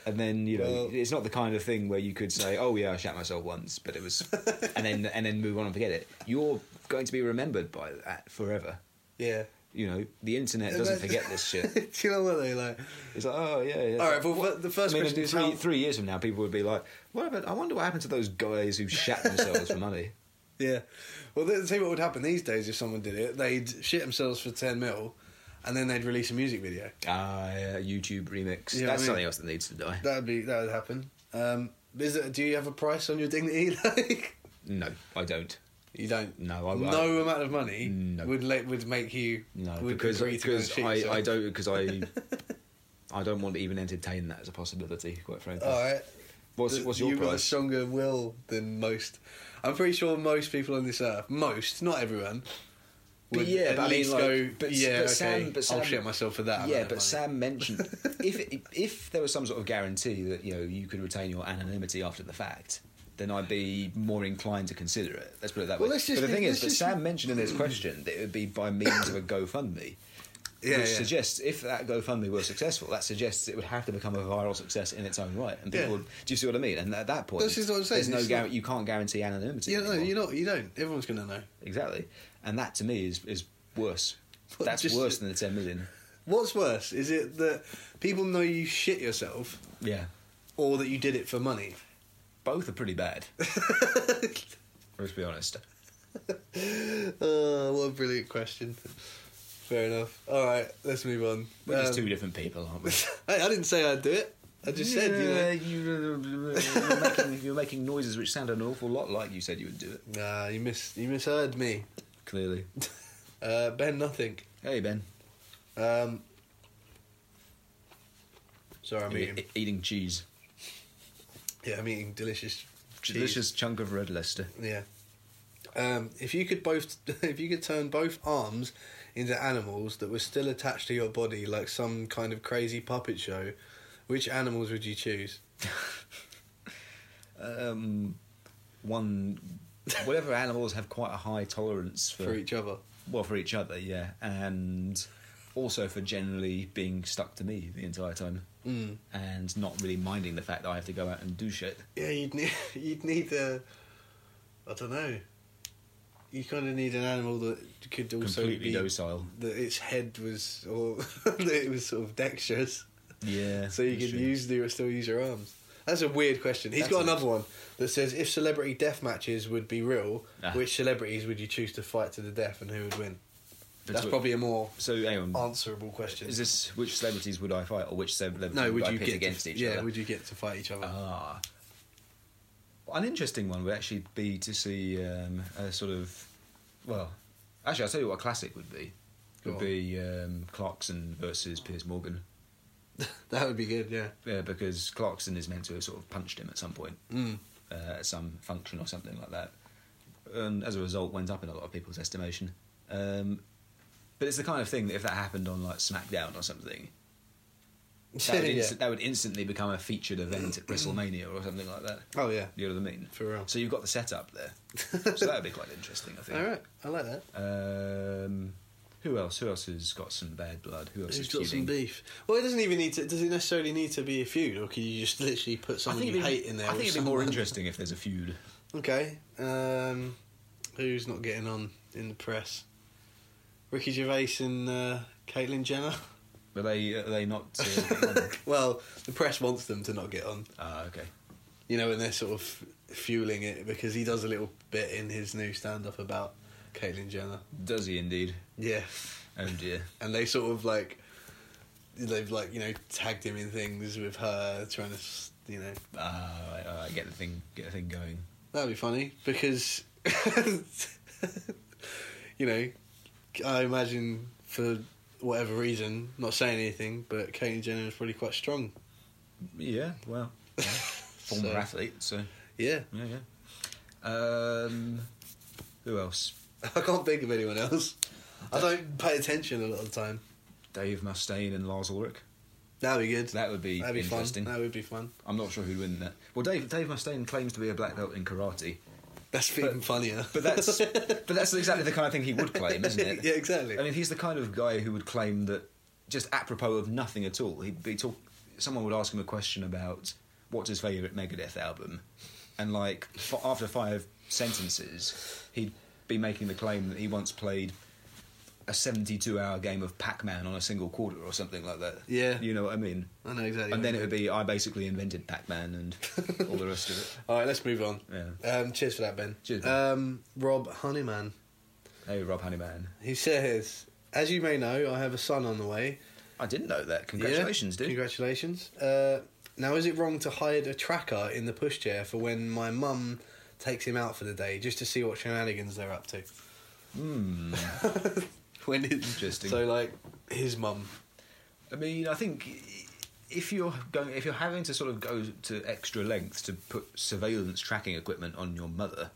C: And then you know,
B: Well-
C: it's not the kind of thing where you could say, "Oh yeah, I shat myself once," but it was, and then and then move on and forget it. You're going to be remembered by that forever.
B: Yeah.
C: You know, the internet doesn't
B: Imagine-
C: forget this shit.
B: Do you know what they like?
C: It's like, oh yeah. yeah.
B: All right, well, what- the first
C: I mean,
B: question
C: three,
B: is how-
C: three years from now, people would be like, "What happened? I wonder what happened to those guys who shat themselves for money."
B: Yeah. Well, th- see what would happen these days if someone did it. They'd shit themselves for 10 mil and then they'd release a music video.
C: Ah, yeah, YouTube remix.
B: Yeah, I
C: That's
B: mean-
C: something else that needs to die.
B: That'd be, that would happen. Um, is it, do you have a price on your dignity? like,
C: No, I don't.
B: you don't.
C: No, I- I-
B: No amount of money
C: No.
B: would let, would make you.
C: No,
B: would
C: because
B: agree to go and
C: because
B: shit
C: I,
B: yourself.
C: I don't because I I don't want to even entertain that as a possibility. Quite frankly.
B: All right.
C: What's,
B: Th-
C: what's your
B: You've got a
C: price?
B: stronger will than most. I'm pretty sure most people on this earth, most, not everyone, would at least go, yeah, okay, I'll shit myself for that.
C: Yeah,
B: amount of
C: but
B: money."
C: Sam mentioned if if there was some sort of guarantee that you know you could retain your anonymity after the fact, then I'd be more inclined to consider it. Let's put it that
B: Well,
C: way.
B: let's just
C: but the
B: be-
C: thing
B: let's
C: is, but
B: just-
C: Sam mentioned in his question that it would be by means of a GoFundMe.
B: Yeah,
C: which
B: yeah.
C: suggests if that GoFundMe were successful, that suggests it would have to become a viral success in its own right. And people
B: Yeah.
C: would, do you see what I mean? And at that point,
B: This is what I'm saying,
C: there's no
B: it's
C: guar-
B: not-
C: you can't guarantee anonymity.
B: Yeah, no,
C: anymore.
B: you know, you don't. Everyone's gonna know.
C: Exactly. And that to me is, is worse.
B: Well,
C: That's
B: just-
C: worse than the 10 million.
B: What's worse is it that people know you shit yourself,
C: Yeah.
B: or that you did it for money.
C: Both are pretty bad. Let's be honest.
B: Oh, what a brilliant question. Fair enough. All right, let's move on.
C: We're just
B: Um,
C: two different people, aren't we?
B: hey, I didn't say I'd do it. I just said, you know.
C: you are making, you're making noises which sound an awful lot like you said you would do it.
B: Nah, you miss, you misheard me.
C: Clearly.
B: Uh, ben, nothing.
C: Hey, Ben.
B: Um, sorry, I'm
C: E-
B: eating.
C: e- eating cheese.
B: Yeah, I'm eating delicious, cheese.
C: Delicious chunk of red Leicester.
B: Yeah. Um, if you could both, if you could turn both arms into animals that were still attached to your body, like some kind of crazy puppet show, which animals would you choose?
C: Um, one. Whatever animals have quite a high tolerance
B: For e-, each other.
C: well for each other yeah and also for generally being stuck to me the entire time
B: Mm.
C: and not really minding the fact that i have to go out and do shit
B: Yeah, you'd need, you'd need a, I don't know. You kind of need an animal that could also
C: completely
B: be
C: docile
B: that its head was or that it was sort of dexterous,
C: yeah
B: so you
C: that's
B: could
C: true.
B: use the still use your arms. That's a weird question. He's
C: That's
B: got
C: a-
B: another one that says if celebrity death matches would be real,
C: Ah.
B: which celebrities would you choose to fight to the death and who would win? That's,
C: what-
B: probably a more
C: So hang on.
B: answerable question.
C: Is this which celebrities would I fight, or which celebrities
B: no, would
C: I
B: you
C: pit
B: get
C: against
B: to,
C: each
B: yeah,
C: other?
B: would you get to fight each other?
C: Ah. An interesting one would actually be to see um, a sort of, well, actually, I'll tell you what a classic would be.
B: Go
C: Would
B: on.
C: be um, Clarkson versus Piers Morgan,
B: that would be good. Yeah.
C: yeah, because Clarkson is meant to have sort of punched him at some point,
B: Mm.
C: uh, at some function or something like that, and as a result, went up in a lot of people's estimation. Um, but it's the kind of thing that if that happened on like SmackDown or something, that would,
B: yeah.
C: inst- that would instantly become a featured event at WrestleMania or something like that.
B: Oh yeah.
C: You know what I mean?
B: For real.
C: So you've got the setup there. so that'd be quite interesting, I think.
B: All right, I like that.
C: Um, who else? Who else has got some bad blood? Who else
B: Who's
C: is
B: got some
C: feuding?
B: beef? Well, it doesn't even need to. Does it necessarily need to be a feud, or can you just literally put
C: I
B: someone
C: think
B: you
C: it'd be,
B: hate in there?
C: I
B: with
C: think it'd be more
B: someone?
C: interesting if there's a feud.
B: Okay. Um, who's not getting on in the press? Ricky Gervais and uh, Caitlyn Jenner.
C: But they are they not? Uh,
B: Well, the press wants them to not get on,
C: Ah, okay.
B: you know, and they're sort of f- fueling it because he does a little bit in his new stand-up about Caitlyn Jenner.
C: Does he indeed?
B: Yeah,
C: Oh dear.
B: and they sort of like they've like you know tagged him in things with her trying to s- you know
C: Ah, all right, all right, get the thing, get the thing going.
B: That'd be funny because, you know, I imagine for whatever reason, not saying anything, but Caitlyn Jenner is probably quite strong.
C: Yeah. Well, yeah. former
B: So-
C: athlete, so
B: Yeah,
C: yeah, yeah. Um, who else?
B: I can't think of anyone else. I don't pay attention a lot of the time.
C: Dave Mustaine and Lars Ulrich.
B: That'd be good.
C: That would be
B: That'd be fun.
C: interesting.
B: That would be fun.
C: I'm not sure who'd win that. Well, Dave Dave Mustaine claims to be a black belt in karate,
B: That's even funnier.
C: but that's but that's exactly the kind of thing he would claim, isn't it?
B: Yeah, exactly.
C: I mean, he's the kind of guy who would claim that just apropos of nothing at all, he'd be talk. Someone would ask him a question about what's his favourite Megadeth album, and like f- after five sentences, he'd be making the claim that he once played a 72 hour game of Pac Man on a single quarter or something like that.
B: Yeah.
C: you know what I mean.
B: I know exactly.
C: And
B: what
C: then
B: you
C: it would be I basically invented Pac-Man and all the rest of it.
B: mean. All right, let's move on.
C: Yeah.
B: Um, cheers for that, Ben.
C: Cheers, Ben.
B: Um, Rob Honeyman.
C: Hey, Rob Honeyman.
B: He says, "As you may know, I have a son on the way."
C: I didn't know that. Congratulations,
B: Yeah,
C: dude.
B: Congratulations. Uh, now, is it wrong to hide a tracker in the pushchair for when my mum takes him out for the day just to see what shenanigans they're up to?
C: Hmm.
B: When it,
C: Interesting.
B: So, like, his mum.
C: I mean, I think if you're going, if you're having to sort of go to extra lengths to put surveillance tracking equipment on your mother,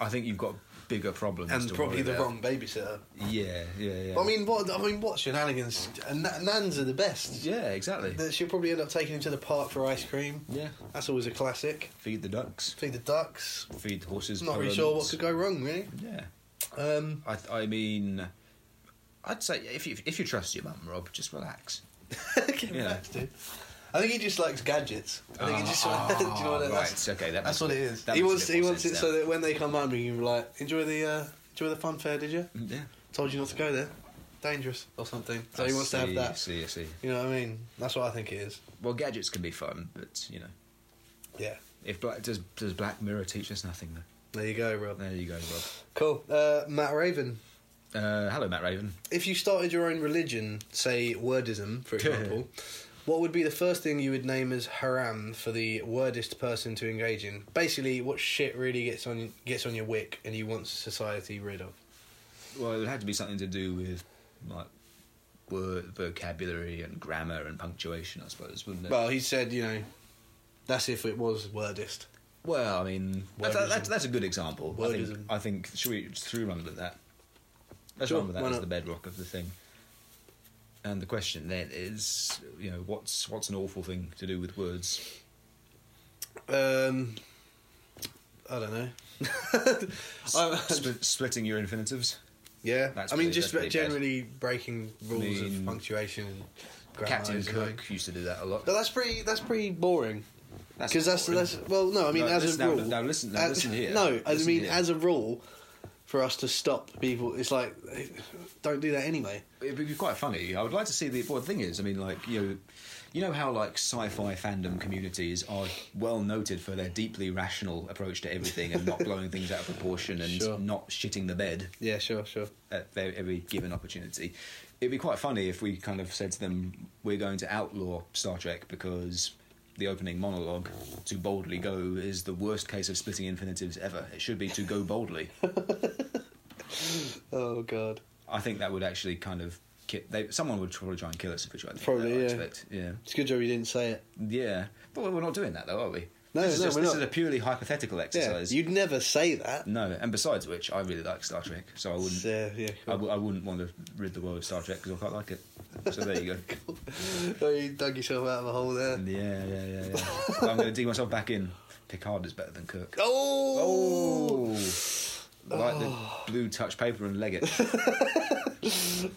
C: I think you've got bigger problems.
B: And
C: to
B: probably
C: worry
B: the
C: about.
B: wrong babysitter.
C: Yeah, yeah, yeah.
B: I mean, what? I mean, what shenanigans? And na- nans are the best.
C: yeah, exactly.
B: That She'll probably end up taking him to the park for ice cream.
C: Yeah,
B: That's always a classic.
C: feed the ducks,
B: Feed the ducks.
C: feed the horses.
B: Not really sure what could go wrong, really.
C: Yeah.
B: Um,
C: I, I mean, I'd say if you if you trust your mum, Rob, just relax.
B: get
C: Yeah.
B: back to- I think he just likes gadgets. I think he just. do you know what I-
C: Ah,
B: that's-
C: right, okay, that
B: That's
C: makes-
B: what it is.
C: that
B: He
C: makes a
B: wants
C: bit
B: he
C: more
B: wants it
C: sense
B: so that when they come home, he can be like, enjoy the uh, enjoy the fun fair. Did you?
C: now. yeah.
B: Told you not to go there. Dangerous or something. So he
C: I
B: wants to have
C: see, I
B: that.
C: see, I see.
B: You know what I mean? That's what I think it is.
C: Well, gadgets can be fun, but you know,
B: Yeah.
C: if Black does does Black Mirror teach us nothing though?
B: There you go, Rob.
C: There you go, Rob.
B: Cool. Uh, Matt Raven.
C: Uh, hello, Matt Raven.
B: If you started your own religion, say wordism, for example, what would be the first thing you would name as haram for the wordist person to engage in? Basically, what shit really gets on gets on your wick and you want society rid of?
C: Well, it would have to be something to do with like word vocabulary and grammar and punctuation, I suppose, wouldn't it?
B: Well, he said, you know, that's if it was wordist.
C: Well, I mean, that's,
B: Wordism.
C: that's, that's a good example. I think,
B: Wordism.
C: I think should we just through run with that? Let's
B: Sure,
C: run with that
B: why
C: as
B: not?
C: the bedrock of the thing. And the question then is, you know, what's what's an awful thing to do with words?
B: Um, I don't know. I-
C: Split, splitting your infinitives,
B: yeah,
C: That's
B: I mean,
C: pretty-
B: just
C: that's pretty bad.
B: generally breaking rules
C: mean,
B: of punctuation and grammar.
C: Captain
B: and everything.
C: Cook used to do that a lot.
B: No, that's pretty. That's pretty boring. Because that's
C: boring.
B: that's well, no, I mean
C: No,
B: as
C: listen-
B: a
C: now-
B: rule.
C: now listen- now
B: as-
C: listen here.
B: No, I
C: Listen
B: mean
C: here.
B: as a rule, for us to stop people. It's like, don't do that anyway.
C: It'd be quite funny. I would like to see the. Well, the thing is, I mean, like you know, you know how like sci-fi fandom communities are well noted for their deeply rational approach to everything and not blowing things out of proportion and
B: Sure.
C: not shitting the bed
B: Yeah, sure, sure.
C: at their, every given opportunity. It'd be quite funny if we kind of said to them, "We're going to outlaw Star Trek because." The opening monologue, "To boldly go," is the worst case of splitting infinitives ever. It should be to go boldly.
B: Oh god.
C: I think that would actually kind of ki- they, someone would probably try and kill us if we tried. to-
B: Probably,
C: I
B: yeah.
C: expect, yeah,
B: It's a good job you didn't say it.
C: yeah. But we're not doing that though, are we?
B: No,
C: this is
B: no, we're
C: this
B: not.
C: is a purely hypothetical
B: Yeah,
C: exercise.
B: you'd never say that.
C: No, and besides which, I really like Star Trek, so I wouldn't.
B: So, yeah,
C: I,
B: cool.
C: w- I wouldn't want to rid the world of Star Trek because I quite like it. So there you go.
B: Oh, you dug yourself out of a hole there.
C: Yeah, yeah, yeah, yeah. But I'm going to dig myself back in. Picard is better than Kirk.
B: Oh!
C: Oh! Like the blue touch paper and leg it.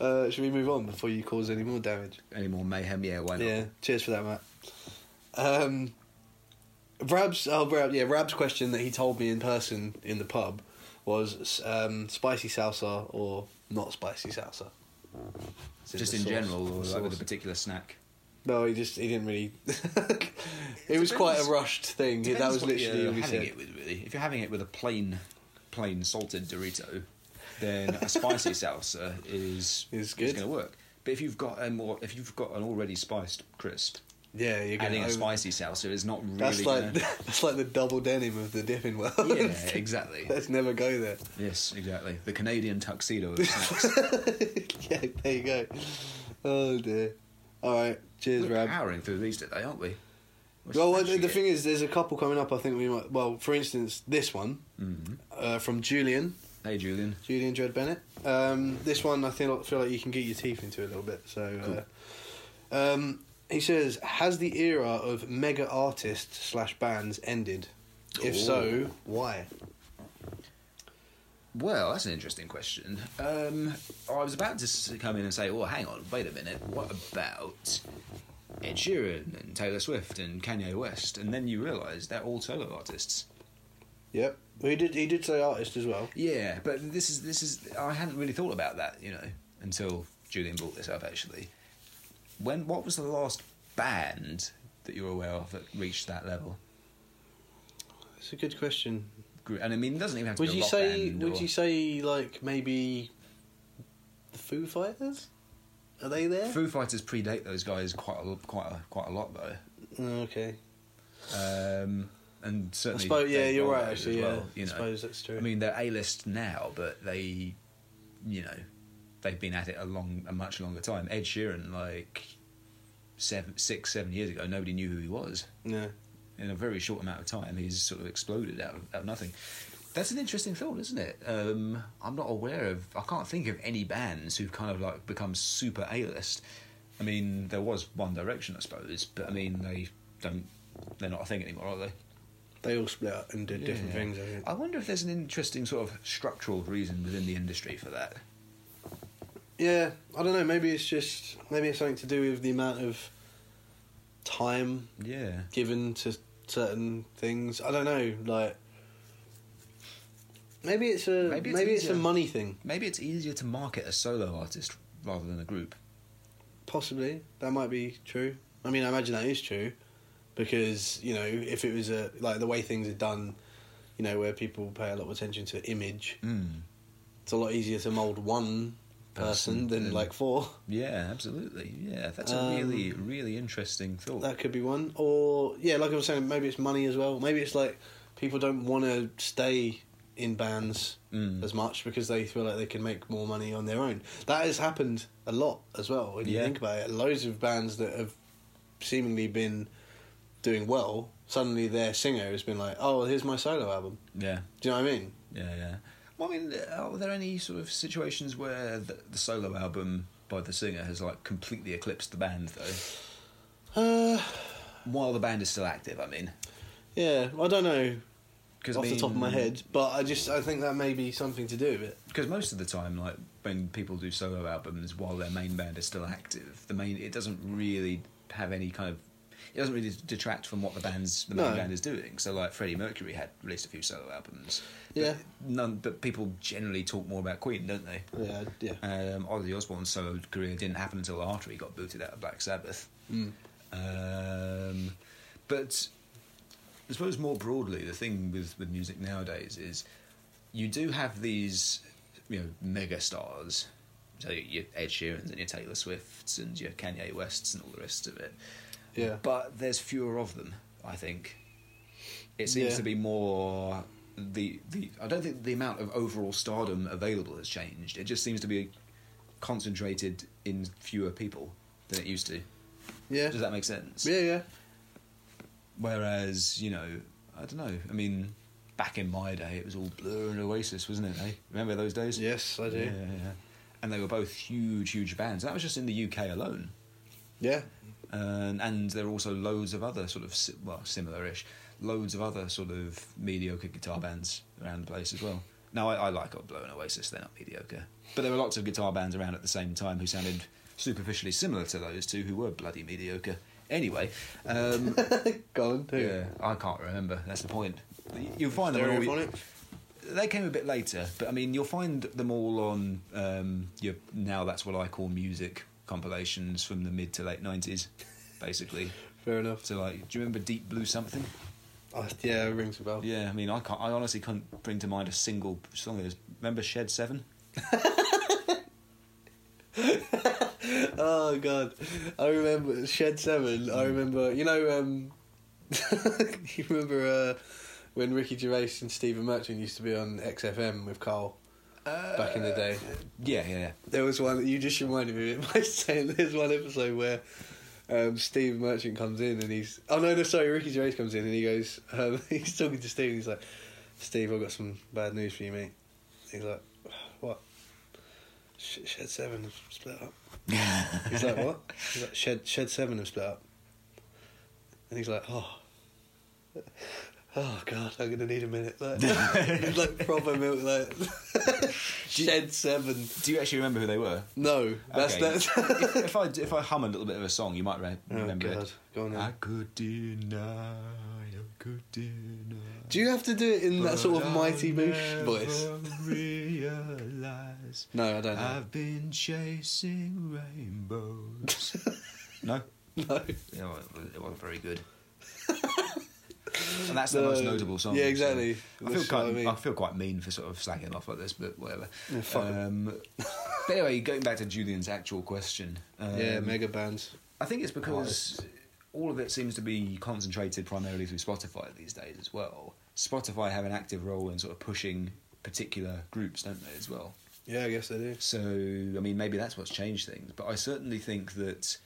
B: Uh, should we move on before you cause any more damage?
C: Any more mayhem? Yeah, why not?
B: Yeah. Cheers for that, Matt. Um, Rab's oh Rab, yeah Rab's question that he told me in person in the pub was um, spicy salsa or not spicy salsa. So
C: Just
B: the
C: in
B: sauce-
C: general, or like with a
B: sauce.
C: particular snack.
B: No, he just he didn't really. it was quite a rushed thing. that
C: Depends
B: was
C: what
B: literally
C: you're
B: what he
C: having
B: said.
C: it with, really. If you're having it with a plain, plain salted Dorito, then a spicy salsa is
B: Is good.
C: going to work. But if you've got a more, if you've got an already spiced crisp,
B: Yeah, you're
C: adding
B: going
C: a spicy salsa is not really.
B: That's like
C: gonna-
B: that's like the double denim of the dipping world.
C: yeah, exactly.
B: Let's never go there.
C: Yes, exactly. The Canadian tuxedo. Of snacks.
B: yeah, there you go. Oh dear. All right. Cheers,
C: We're
B: Rab.
C: powering through these today, aren't we? What's
B: Well, well,
C: that
B: the, the
C: shit?
B: thing is, there's a couple coming up. I think we might. Well, for instance, this one uh, from Julian,
C: Hey, Julian.
B: Julian Dread Bennett. Um, this one, I think, feel like you can get your teeth into a little bit. So, uh, um, he says, "Has the era of mega artists slash bands ended? If so, why?"
C: Well, that's an interesting question. Um, I was about to s- come in and say, "Well, hang on, wait a minute. What about Ed Sheeran and Taylor Swift and Kanye West?" And then you realise they're all solo artists.
B: Yep. Well, he did. He did say artist as well.
C: Yeah, but this is this is I hadn't really thought about that, you know, until Julian brought this up actually. When what was the last band that you were aware of that reached that level?
B: It's a good question.
C: Gr- And I mean, it doesn't even have to
B: Would
C: be a
B: you
C: rock
B: say?
C: band
B: Would
C: or-
B: you say like maybe the Foo Fighters? Are they there?
C: Foo Fighters predate those guys quite a, quite a, quite a lot though.
B: Oh, okay.
C: Um, and
B: I
C: certainly,
B: suppose. Yeah,
C: Dave
B: you're
C: Grohl
B: right.
C: as
B: Actually,
C: well,
B: yeah.
C: you know.
B: I suppose that's true.
C: I mean, they're A list now, but they, you know, they've been at it a long, a much longer time. Ed Sheeran, like seven, six, seven years ago, nobody knew who he was.
B: yeah.
C: In a very short amount of time, he's sort of exploded out of, out of nothing. That's an interesting thought, isn't it? Um, I'm not aware of. I can't think of any bands who've kind of like become super A list. I mean, there was One Direction, I suppose, but I mean, they don't. They're not a thing anymore, are they?
B: They all split up and did different
C: Yeah.
B: things. I think.
C: I wonder if there's an interesting sort of structural reason within the industry for that.
B: Yeah. I don't know. Maybe it's just maybe it's something to do with the amount of time
C: Yeah.
B: given to certain things. I don't know. Like maybe it's a
C: Maybe
B: maybe
C: it's
B: it's, a
C: easier.
B: money thing.
C: Maybe it's easier to market a solo artist rather than a group.
B: Possibly that might be true. I mean, I imagine that is true because you know if it was a like the way things are done, you know where people pay a lot of attention to image.
C: Mm.
B: It's a lot easier to mold one person
C: Person
B: than
C: than-
B: like four.
C: Yeah, absolutely. Yeah, that's a
B: Um,
C: really, really interesting thought.
B: That could be one. Or yeah, like I was saying, maybe it's money as well. Maybe it's like people don't want to stay in bands
C: Mm.
B: as much because they feel like they can make more money on their own. That has happened a lot as well. When you
C: Yeah.
B: think about it, loads of bands that have seemingly been doing well, suddenly their singer has been like, "Oh, here's my solo album."
C: yeah,
B: Do you know what I mean?
C: yeah, yeah. Well, I mean, are there any sort of situations where the, the solo album by the singer has like completely eclipsed the band, though?
B: Uh,
C: While the band is still active, I mean.
B: yeah, I don't know
C: 'Cause, I
B: off the top of my
C: mean,
B: head, but I just I think that may be something to do with it.
C: because most of the time like when people do solo albums while their main band is still active the main it doesn't really have any kind of it doesn't really detract from what the band's the main
B: No.
C: band is doing. So like Freddie Mercury had released a few solo albums.
B: Yeah.
C: But none but people generally talk more about Queen, don't they?
B: Yeah, yeah.
C: Um, Ozzy Osbourne's solo career didn't happen until after he got booted out of Black Sabbath.
B: Hmm.
C: Um, but I suppose more broadly, the thing with, with music nowadays is you do have these, you know, mega stars. So your- your Ed Sheerans and your Taylor Swifts and your Kanye Wests and all the rest of it.
B: Yeah.
C: But there's fewer of them, I think. It seems
B: Yeah.
C: to be more the the. I don't think the amount of overall stardom available has changed. It just seems to be concentrated in fewer people than it used to.
B: Yeah.
C: Does that make sense?
B: Yeah, yeah.
C: Whereas, you know, I don't know. I mean, back in my day, it was all Blur and Oasis, wasn't it? Eh? Remember those days?
B: Yes, I do.
C: Yeah, yeah, yeah. And they were both huge, huge bands. That was just in the UK alone.
B: Yeah.
C: And, Um, and there are also loads of other sort of, si- well, similar ish, loads of other sort of mediocre guitar bands around the place as well. Now, I, I like Blur and Oasis, they're not mediocre. But there were lots of guitar bands around at the same time who sounded superficially similar to those two who were bloody mediocre. Anyway, um,
B: Go on, do
C: yeah,
B: it.
C: I can't remember. That's the point. You'll find them all.
B: Stereophonic?
C: They came a bit later, but I mean, you'll find them all on um, your now. That's what I call music compilations from the mid to late nineties, basically.
B: Fair enough.
C: So, like, do you remember Deep Blue Something?
B: Oh, yeah, it rings a bell.
C: Yeah, I mean, I can't. I honestly can't bring to mind a single song of this. Remember Shed Seven?
B: Oh god, I remember Shed Seven.
C: Mm.
B: I remember, you know, um, you remember uh, when Ricky Gervais and Stephen Merchant used to be on XFM with Carl back in the day.
C: Yeah, yeah, yeah.
B: There was one. You just reminded me of it by saying there's one episode where um, Steve Merchant comes in and he's oh no no sorry Ricky Gervais comes in and he goes um, he's talking to Steve and he's like Steve I've got some bad news for you mate. He's like what. Sh- Shed seven have split up. He's like, what? He's like, Shed Shed Seven have split up. And he's like, oh, oh God, I'm gonna need a minute. Like, he's like proper milk, like Shed Seven.
C: Do you actually remember who they were?
B: No, that's
C: Okay.
B: that's.
C: if, if I if I hum a little bit of a song, you might re- remember
B: Oh, God.
C: it.
B: Go on then.
C: Oh, I could deny, I could deny.
B: Do you have to do it in that sort
C: But
B: of mighty
C: I'll
B: moosh voice?
C: never realise
B: No, I don't know.
C: I've been chasing rainbows. no,
B: No.
C: it wa- it wasn't very good. and that's the
B: No.
C: most notable song.
B: Yeah,
C: so
B: exactly.
C: I feel
B: That's what
C: quite.
B: I
C: I,
B: mean.
C: feel quite mean for sort of slagging off like this, but whatever.
B: Yeah, fuck 'em.
C: um, but anyway, going back to Julian's actual question. Um,
B: yeah, mega bands.
C: I think it's because all of it seems to be concentrated primarily through Spotify these days as well. Spotify have an active role in sort of pushing particular groups, don't they, as well?
B: Yeah, I guess they do.
C: So, I mean, maybe that's what's changed things, but I certainly think that.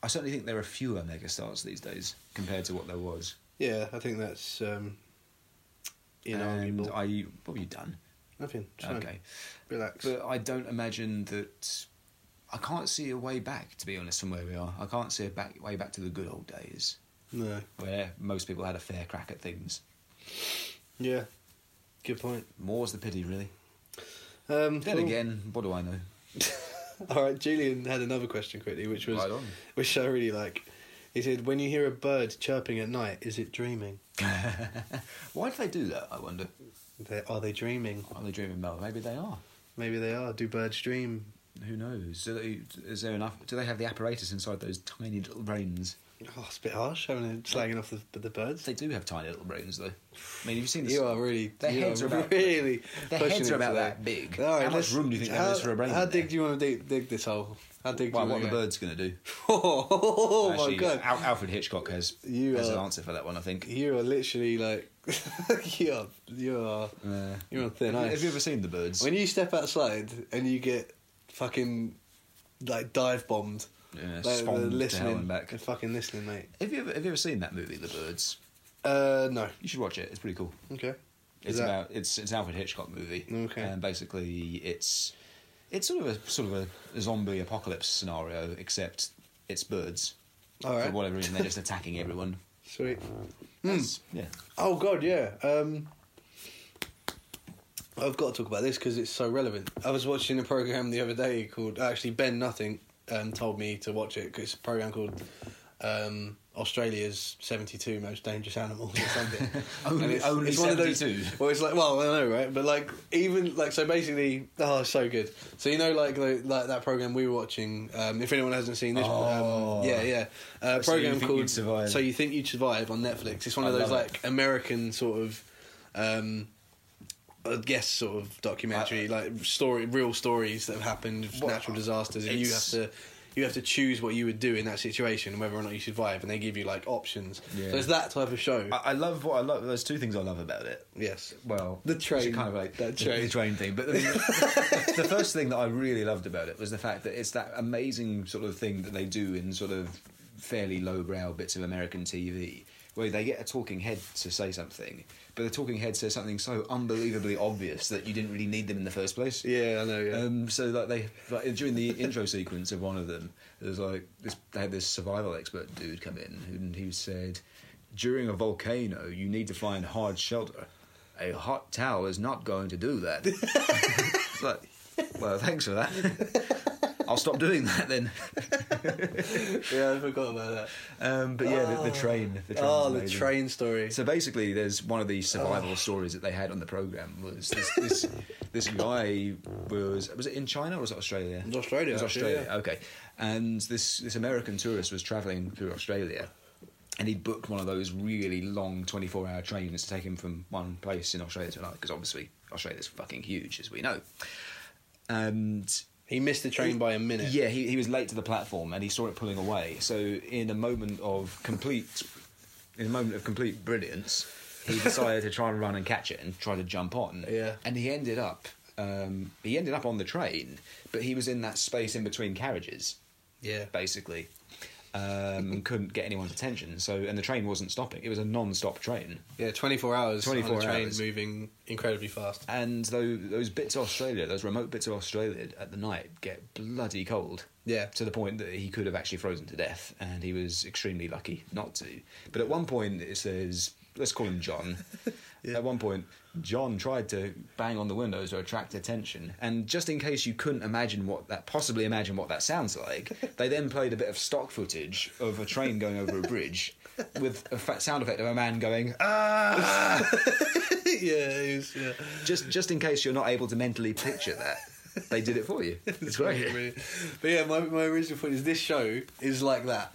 C: I certainly think there are fewer megastars these days compared to what there was.
B: Yeah, I think that's um,
C: and
B: inarguable.
C: I, what have you done?
B: Nothing. it's fine.
C: Okay.
B: Relax.
C: But I don't imagine that. I can't see a way back, to be honest, from where we are. I can't see a back, way back to the good old days.
B: no.
C: where most people had a fair crack at things.
B: Yeah. Good point.
C: More's the pity, really.
B: Um,
C: Then
B: cool.
C: again, what do I know?
B: All right, Julian had another question quickly, which was
C: Right on.
B: which I really like. He said, "When you hear a bird chirping at night, is it dreaming?
C: Why do they do that? I wonder.
B: They, are they dreaming?
C: Are they dreaming Mel? Maybe they are.
B: Maybe they are. Do birds dream?
C: Who knows? Do they, is there enough? Do they have the apparatus inside those tiny little brains?
B: Oh, it's a bit harsh having a slagging off the, the birds.
C: They do have tiny little brains, though. I mean, have you seen this?
B: You are really,
C: Their
B: you
C: heads
B: are
C: are about-
B: really.
C: their
B: pushing
C: heads are
B: it
C: about
B: today.
C: that big.
B: All right,
C: How much
B: let's-
C: room do you think
B: how,
C: there is for a brain
B: How
C: in
B: dig
C: there?
B: do you want to dig, dig this hole? How dig
C: Why,
B: do
C: what
B: you
C: are the
B: want
C: birds going to do?
B: Oh
C: Actually,
B: my god!
C: Al- Alfred Hitchcock has,
B: You
C: has an
B: are-
C: answer for that one, I think.
B: You are literally like, you are, you are,
C: Uh,
B: you're on thin
C: have, you-
B: ice.
C: have you ever seen the birds?
B: When you step outside and you get fucking like dive bombed,
C: Yeah,
B: like,
C: spawned to hell
B: listening,
C: and back.
B: they're fucking listening, mate.
C: have, you ever, have you ever seen that movie, The Birds?
B: Uh, no.
C: You should watch it. It's pretty cool.
B: Okay. Is
C: It's
B: that-
C: about it's it's an Alfred Hitchcock movie.
B: Okay.
C: And basically, it's it's sort of a sort of a zombie apocalypse scenario, except it's birds.
B: All right. Hmm.
C: For whatever reason, they're just attacking everyone.
B: Sweet.
C: That's- Yeah.
B: Oh god, yeah. Um, I've got to talk about this because it's so relevant. I was watching a program the other day called actually Ben Nothing um, told me to watch it. 'cause It's a program called um, Australia's 72 most dangerous animals or something.
C: And it's only
B: those.
C: 72.
B: Well, it's like, well, I know, right? But like, even like, so basically, oh, it's so good. So you know, like, the, like that program we were watching. Um, if anyone hasn't seen this,
C: Oh.
B: um, yeah, yeah, uh,
C: So You
B: program
C: Think
B: called
C: You'd Survive.
B: So You Think You'd Survive on Netflix. It's one of
C: I
B: those
C: love it.
B: like American sort of. Um, I guess sort of documentary, like story, real stories that have happened, of
C: Well,
B: natural disasters, and you have
C: it's-
B: to you have to choose what you would do in that situation, whether or not you survive, and they give you like options.
C: Yeah.
B: So it's that type of show.
C: I, I love what I love. There's two things I love about it.
B: yes.
C: Well,
B: The
C: it's
B: train,
C: kind of like
B: that
C: the-
B: train.
C: the train thing. But I mean, the, the first thing that I really loved about it was the fact that it's that amazing sort of thing that they do in sort of fairly lowbrow bits of American TV, where they get a talking head to say something, but the talking head says something so unbelievably obvious that you didn't really need them in the first place.
B: Yeah, I know. Oh, Yeah.
C: Um, so like they like during the intro sequence of one of them, it was like this, they had this survival expert dude come in and he said, during a volcano you need to find hard shelter. A hot towel is not going to do that. It's like, well, thanks for that. I'll stop doing that then.
B: yeah, I forgot about that.
C: Um, but yeah, the, the train. The train's
B: oh, the
C: amazing.
B: train story.
C: So basically, there's one of these survival stories that they had on the program was this this, this guy was was it in China or was it Australia? It
B: was Australia,
C: It was
B: actually,
C: Australia.
B: yeah.
C: Okay, and this this American tourist was traveling through Australia. And he'd booked one of those really long 24 hour trains to take him from one place in Australia to another, because obviously Australia's fucking huge, as we know. And
B: he missed the train by a minute.
C: yeah, he, he was late to the platform and he saw it pulling away. So in a moment of complete, in a moment of complete brilliance, he decided to try and run and catch it and try to jump on.
B: Yeah.
C: and he ended up, um, he ended up on the train, but he was in that space in between carriages,
B: Yeah.
C: basically, um, and couldn't get anyone's attention. So and the train wasn't stopping; it was a non-stop train.
B: Yeah, 24 hours 24
C: 24
B: on a train
C: hours.
B: moving incredibly fast.
C: And tho- those bits of Australia, those remote bits of Australia at the night get bloody cold.
B: Yeah.
C: To the point that he could have actually frozen to death, and he was extremely lucky not to. But at one point, it says, let's call him John. At one point, John tried to bang on the windows to attract attention. And just in case you couldn't imagine what that, possibly imagine what that sounds like, they then played a bit of stock footage of a train going over a bridge with a fa- sound effect of a man going, Ah!
B: yeah, it was, yeah.
C: just just in case you're not able to mentally picture that, they did it for you. It's great.
B: Really- But yeah, my, my original point is this show is like that,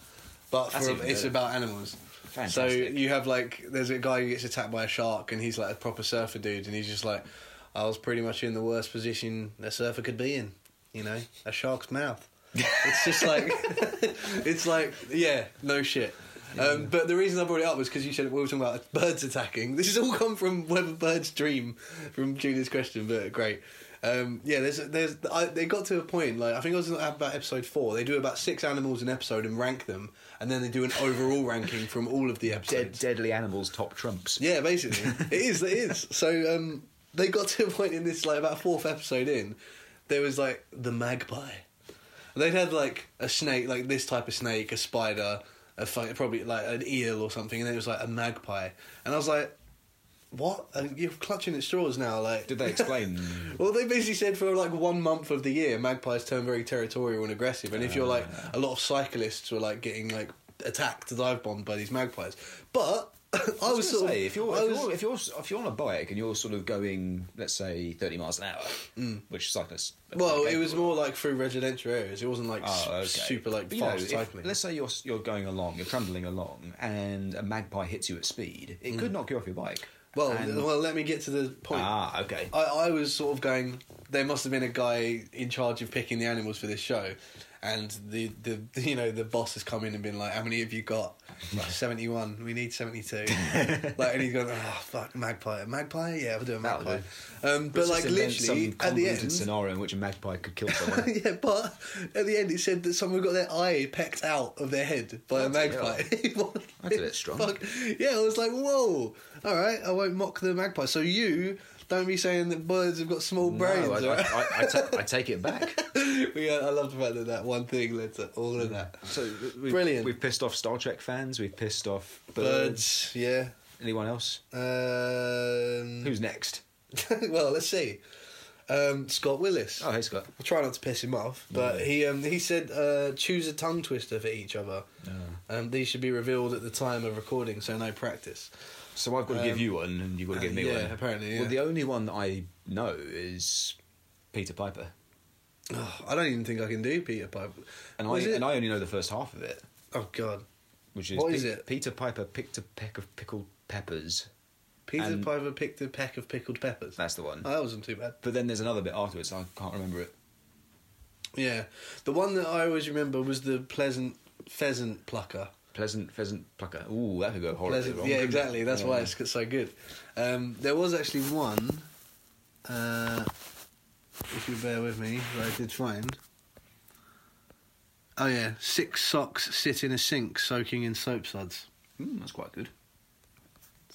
B: but
C: That's
B: for,
C: even
B: it's
C: better.
B: about animals. So
C: Fantastic.
B: you have like there's a guy who gets attacked by a shark and he's like a proper surfer dude and he's just like I was pretty much in the worst position a surfer could be in, you know, a shark's mouth. it's just like it's like yeah, no shit. Um, but the reason I brought it up was because you said we were talking about birds attacking. This has all come from Web Bird's Dream from Julia's question, but great. Um, yeah, there's there's I, they got to a point like I think I was about episode four. They do about six animals an episode and rank them, and then they do an overall ranking from all of the episodes.
C: Dead, deadly animals top trumps.
B: Yeah, basically, it is. It is. So um, they got to a point in this, like about fourth episode in, there was like the magpie. And They'd had like a snake, like this type of snake, a spider, a fu- probably like an eel or something, and then it was like a magpie, and I was like, "What? Uh, You're clutching at straws now!" Like,
C: Did they explain?
B: well, they basically said for like one month of the year, magpies turn very territorial and aggressive. And if you're like
C: Ah.
B: a lot of cyclists were like getting like attacked, dive bombed by these magpies. But I was,
C: gonna
B: sort
C: say,
B: of
C: if you're
B: I
C: if,
B: was-
C: you're if you're if you're on a bike and you're sort of going, let's say, thirty miles an hour, which cyclists. are
B: Mm. well,
C: pretty
B: it was
C: capable
B: more like through residential areas. It wasn't like
C: of.
B: s-
C: Oh, okay.
B: super like
C: But, you know,
B: fast
C: if-
B: cycling.
C: let's say you're s- you're going along, you're trundling along, and a magpie hits you at speed. It could knock you off your bike.
B: Mm. well,
C: And-
B: well, let me get to the point. Uh,
C: ah, okay.
B: I, I was sort of going. There must have been a guy in charge of picking the animals for this show, and the, the you know the boss has come in and been like, "How many have you got?" seventy one. We need seventy two. like, and he's going, "Oh fuck, magpie, magpie. Yeah, I'll do a
C: That'll
B: magpie." Um, but
C: Let's
B: like
C: just invent
B: literally
C: some
B: at the
C: convoluted
B: end,
C: scenario in which a magpie could kill someone.
B: yeah, but at the end it said that someone got their eye pecked out of their head by a
C: Bloody
B: magpie.
C: That's a bit strong.
B: Fuck. Yeah, I was like, whoa, all right, I won't mock the magpie. So you don't be saying that birds have got small brains.
C: No, I,
B: all
C: I,
B: right?
C: I, I, ta- I take it back.
B: yeah, I love the fact that that one thing led to all of that.
C: So uh, we've,
B: Brilliant.
C: We've pissed off Star Trek fans. We've pissed off
B: Birds,
C: birds.
B: yeah.
C: Anyone else?
B: Um,
C: Who's next?
B: well, let's see. um, Scott Willis.
C: Oh, hey Scott.
B: I try not to piss him off, but he um, he said uh, choose a tongue twister for each other. Um, these should be revealed at the time of recording, so no practice.
C: So I've got to give
B: Um,
C: you one, and you've got to give me
B: yeah,
C: one.
B: apparently, yeah.
C: Well, the only one that I know is Peter Piper,
B: Oh, I don't even think I can do Peter Piper.
C: and I
B: Was it-
C: and I only know the first half of it,
B: oh God,
C: which is,
B: What
C: Pe-
B: is it?
C: Peter Piper picked a peck of pickled peppers.
B: Peter
C: And-
B: Piper picked a peck of pickled peppers.
C: That's the one.
B: Oh, that wasn't too bad.
C: but then there's another bit afterwards. I can't remember it.
B: Yeah, the one that I always remember was the pleasant pheasant plucker.
C: Pleasant pheasant plucker. Ooh, that could go horribly
B: Pleasant-
C: wrong.
B: yeah,
C: couldn't it?
B: exactly. That's why
C: Yeah.
B: it's so good. Um, there was actually one, uh, if you bear with me, that I did find. Oh yeah, six socks sit in a sink soaking in soap suds.
C: Mm, that's quite good.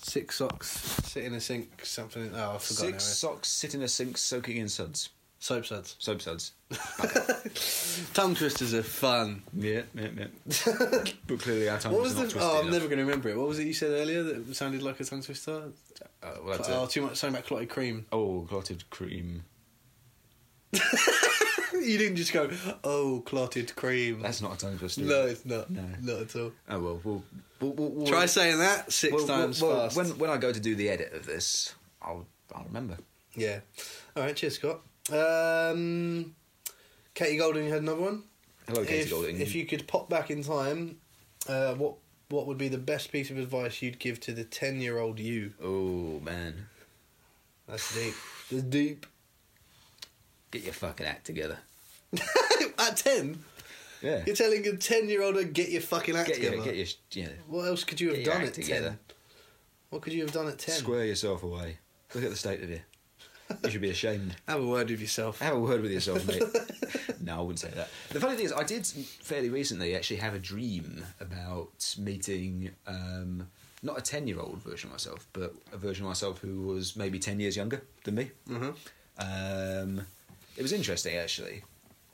B: Six socks sit in a sink. Something. Oh, I've forgotten.
C: Six socks sit in a sink soaking in suds.
B: soap suds.
C: Soap suds.
B: Tongue twisters are fun.
C: Yeah, yeah, yeah. but clearly our tongue
B: What was
C: not
B: the?
C: twisted
B: Oh, I'm
C: enough.
B: never going to remember it. What was it you said earlier that sounded like a tongue twister?
C: Uh, well, that's
B: oh,
C: it.
B: too much. Something about clotted cream.
C: Oh, clotted cream.
B: you didn't just go, oh, clotted cream.
C: That's not a tongue twister.
B: No, it's not.
C: No.
B: Not at all.
C: Oh well, we'll, we'll, we'll, we'll
B: Try saying that 6
C: we'll-
B: times
C: we'll- we'll-
B: fast.
C: When when I go to do the edit of this, I'll I'll remember.
B: Yeah. All right, cheers, Scott. Um, Katie Golding had another one.
C: Hello, Katie
B: if,
C: Golding.
B: If you could pop back in time, uh, what what would be the best piece of advice you'd give to the 10 year old you?
C: Oh man,
B: That's deep. That's deep.
C: get your fucking act together.
B: At 10?
C: Yeah,
B: You're telling a 10 year old to get your fucking act
C: get
B: together?
C: your get your sh- yeah.
B: what else could you have
C: get your
B: done
C: act
B: at
C: together.
B: 10? What could you have done at 10?
C: Square yourself away. Look at the state of you. You should be ashamed.
B: Have a word with yourself.
C: Have a word with yourself, mate. no, I wouldn't say that. The funny thing is, I did fairly recently actually have a dream about meeting um, not a 10 year old version of myself, but a version of myself who was maybe 10 years younger than me.
B: Mhm.
C: Um, it was interesting, actually.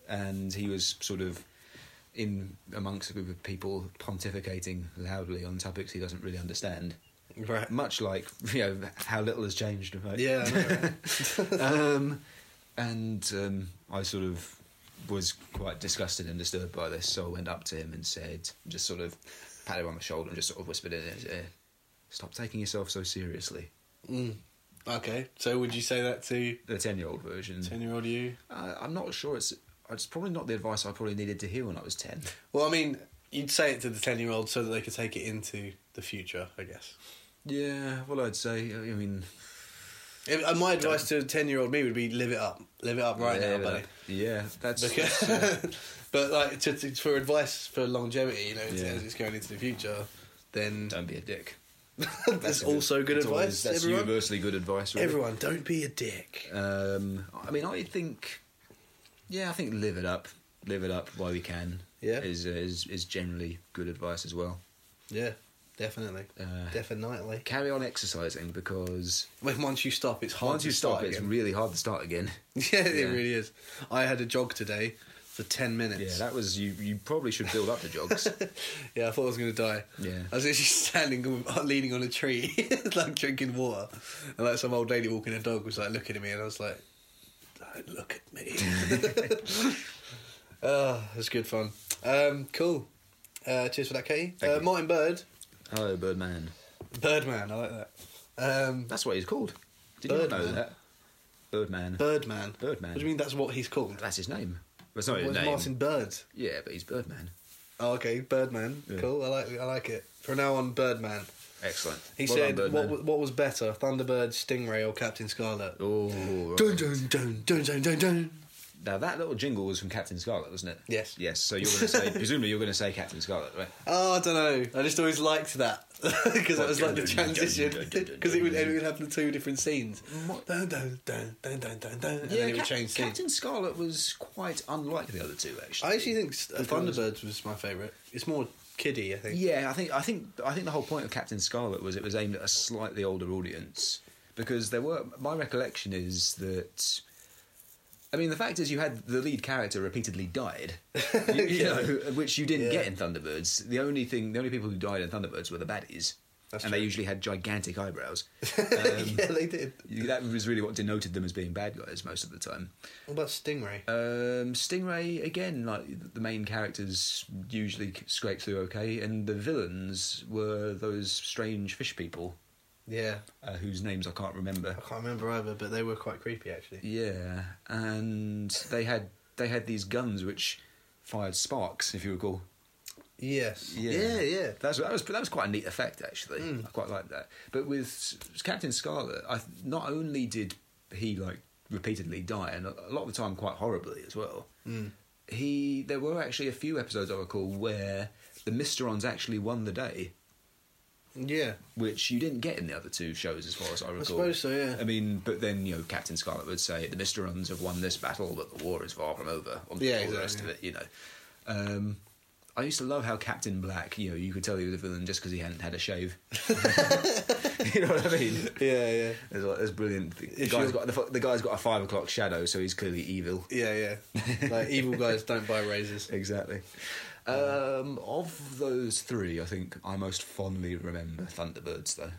C: And he was sort of in amongst a group of people pontificating loudly on topics he doesn't really understand.
B: Right.
C: Much like you know how little has changed. Right?
B: Yeah, I know, right?
C: um, and um, I sort of was quite disgusted and disturbed by this, so I went up to him and said, just sort of patted him on the shoulder and just sort of whispered in his ear, "Stop taking yourself so seriously."
B: Mm. Okay, so would you say that to
C: The ten-year-old version.
B: ten-year-old you?
C: I, I'm not sure it's. It's probably not the advice I probably needed to hear when I was ten.
B: Well, I mean, you'd say it to the ten-year-old so that they could take it into the future, I guess.
C: Yeah, well, I'd say. I mean,
B: If- uh, my advice to ten-year-old me would be live it up, live it up right
C: yeah,
B: now, buddy.
C: Yeah, that's.
B: Because, but like to, to, for advice for longevity, you know, it's-
C: Yeah.
B: as it's going into the future, then
C: don't be a dick.
B: that's also good
C: that's
B: advice.
C: always- that's
B: everyone,
C: universally good advice. Really.
B: everyone, don't be a dick.
C: Um, I mean, I think, yeah, I think live it up, live it up while you can.
B: Yeah.
C: is uh, is is generally good advice as well.
B: Yeah, definitely,
C: Uh,
B: definitely.
C: Carry on exercising because
B: When once you stop, it's hard.
C: once
B: to
C: you stop,
B: start
C: it's
B: again.
C: really hard to start again.
B: Yeah,
C: Yeah.
B: it really is. I had a jog today for 10
C: Yeah,
B: minutes. Yeah,
C: that was you. You probably should build up the jogs.
B: I thought I was going to die.
C: Yeah.
B: I was actually standing, on- leaning on a tree, like drinking water. And like some old lady walking her dog was like looking at me, and I was like, don't look at me. Ah, it was good fun. Um, cool. Uh, cheers for that, Katie.
C: Thank
B: uh,
C: you.
B: Martin Bird,
C: Hello, Oh, Birdman.
B: Birdman, I like that. Um,
C: That's what he's called. Did you not know
B: Birdman?
C: that? Birdman.
B: Birdman.
C: Birdman.
B: What do you mean that's what he's called?
C: That's his name. That's not his
B: What's
C: name.
B: Martin Bird?
C: Yeah, but he's Birdman.
B: Oh, okay, Birdman.
C: Yeah.
B: Cool. I like. I like it. From now on, Birdman.
C: Excellent.
B: He
C: Well done,
B: said,
C: Birdman.
B: what, wa- "What was better, Thunderbird, Stingray, or Captain Scarlet?"
C: Oh, right.
B: Dun dun dun dun dun dun dun.
C: Now that little jingle was from Captain Scarlet, wasn't it?
B: Yes.
C: Yes. So you're going to say, presumably, you're going to say Captain Scarlet, right?
B: Oh, I don't know. I just always liked that because that was like the
C: Dun, dun, dun,
B: transition
C: dun, dun, dun,
B: because it would
C: dun.
B: it would have the two different scenes. Dun dun dun dun dun dun dun. And then it would
C: Cap-
B: change scenes.
C: Captain Scarlet was quite unlike the other two, actually.
B: I actually think S- uh,
C: Because-
B: Thunderbirds was my favourite. It's more kiddie, I think.
C: Yeah, I think I think I think the whole point of Captain Scarlet was it was aimed at a slightly older audience because there were. My recollection is that. I mean, the fact is, you had the lead character repeatedly died, you, you know, which you didn't
B: Yeah.
C: get in Thunderbirds. The only thing, the only people who died in Thunderbirds were the baddies.
B: That's true.
C: and they usually had gigantic eyebrows.
B: yeah, they did.
C: You- that was really what denoted them as being bad guys most of the time.
B: What about Stingray?
C: Um, Stingray again, like the main characters usually scrape through okay, and the villains were those strange fish people
B: yeah,
C: uh, whose names I can't remember.
B: I can't remember either, but they were quite creepy actually.
C: Yeah, and they had they had these guns which fired sparks, if you recall.
B: Yes.
C: Yeah.
B: Yeah, yeah.
C: That's that was that was quite a neat effect actually.
B: Mm.
C: I quite like that. But with S- Captain Scarlet, I th- not only did he like repeatedly die, and a a lot of the time quite horribly as well.
B: Mm.
C: He there were actually a few episodes I recall where the Mysterons actually won the day,
B: Yeah.
C: which you didn't get in the other two shows as far as I recall.
B: suppose so, yeah.
C: I mean, but then you know Captain Scarlet would say the Mysterons have won this battle, but the war is far from over. Or
B: Yeah,
C: all the rest of
B: exactly.
C: it, you know. Um, I used to love how Captain Black, you know, you could tell he was a villain just because he hadn't had a shave. you know what I mean?
B: Yeah, yeah.
C: It's, like, it's brilliant. The
B: If
C: guy's,
B: you're-
C: got, the, fu- the guy's got a five o'clock shadow, so he's clearly evil.
B: Yeah, yeah. like evil guys don't buy razors.
C: Exactly. Um, of those three, I think I most fondly remember Thunderbirds, though.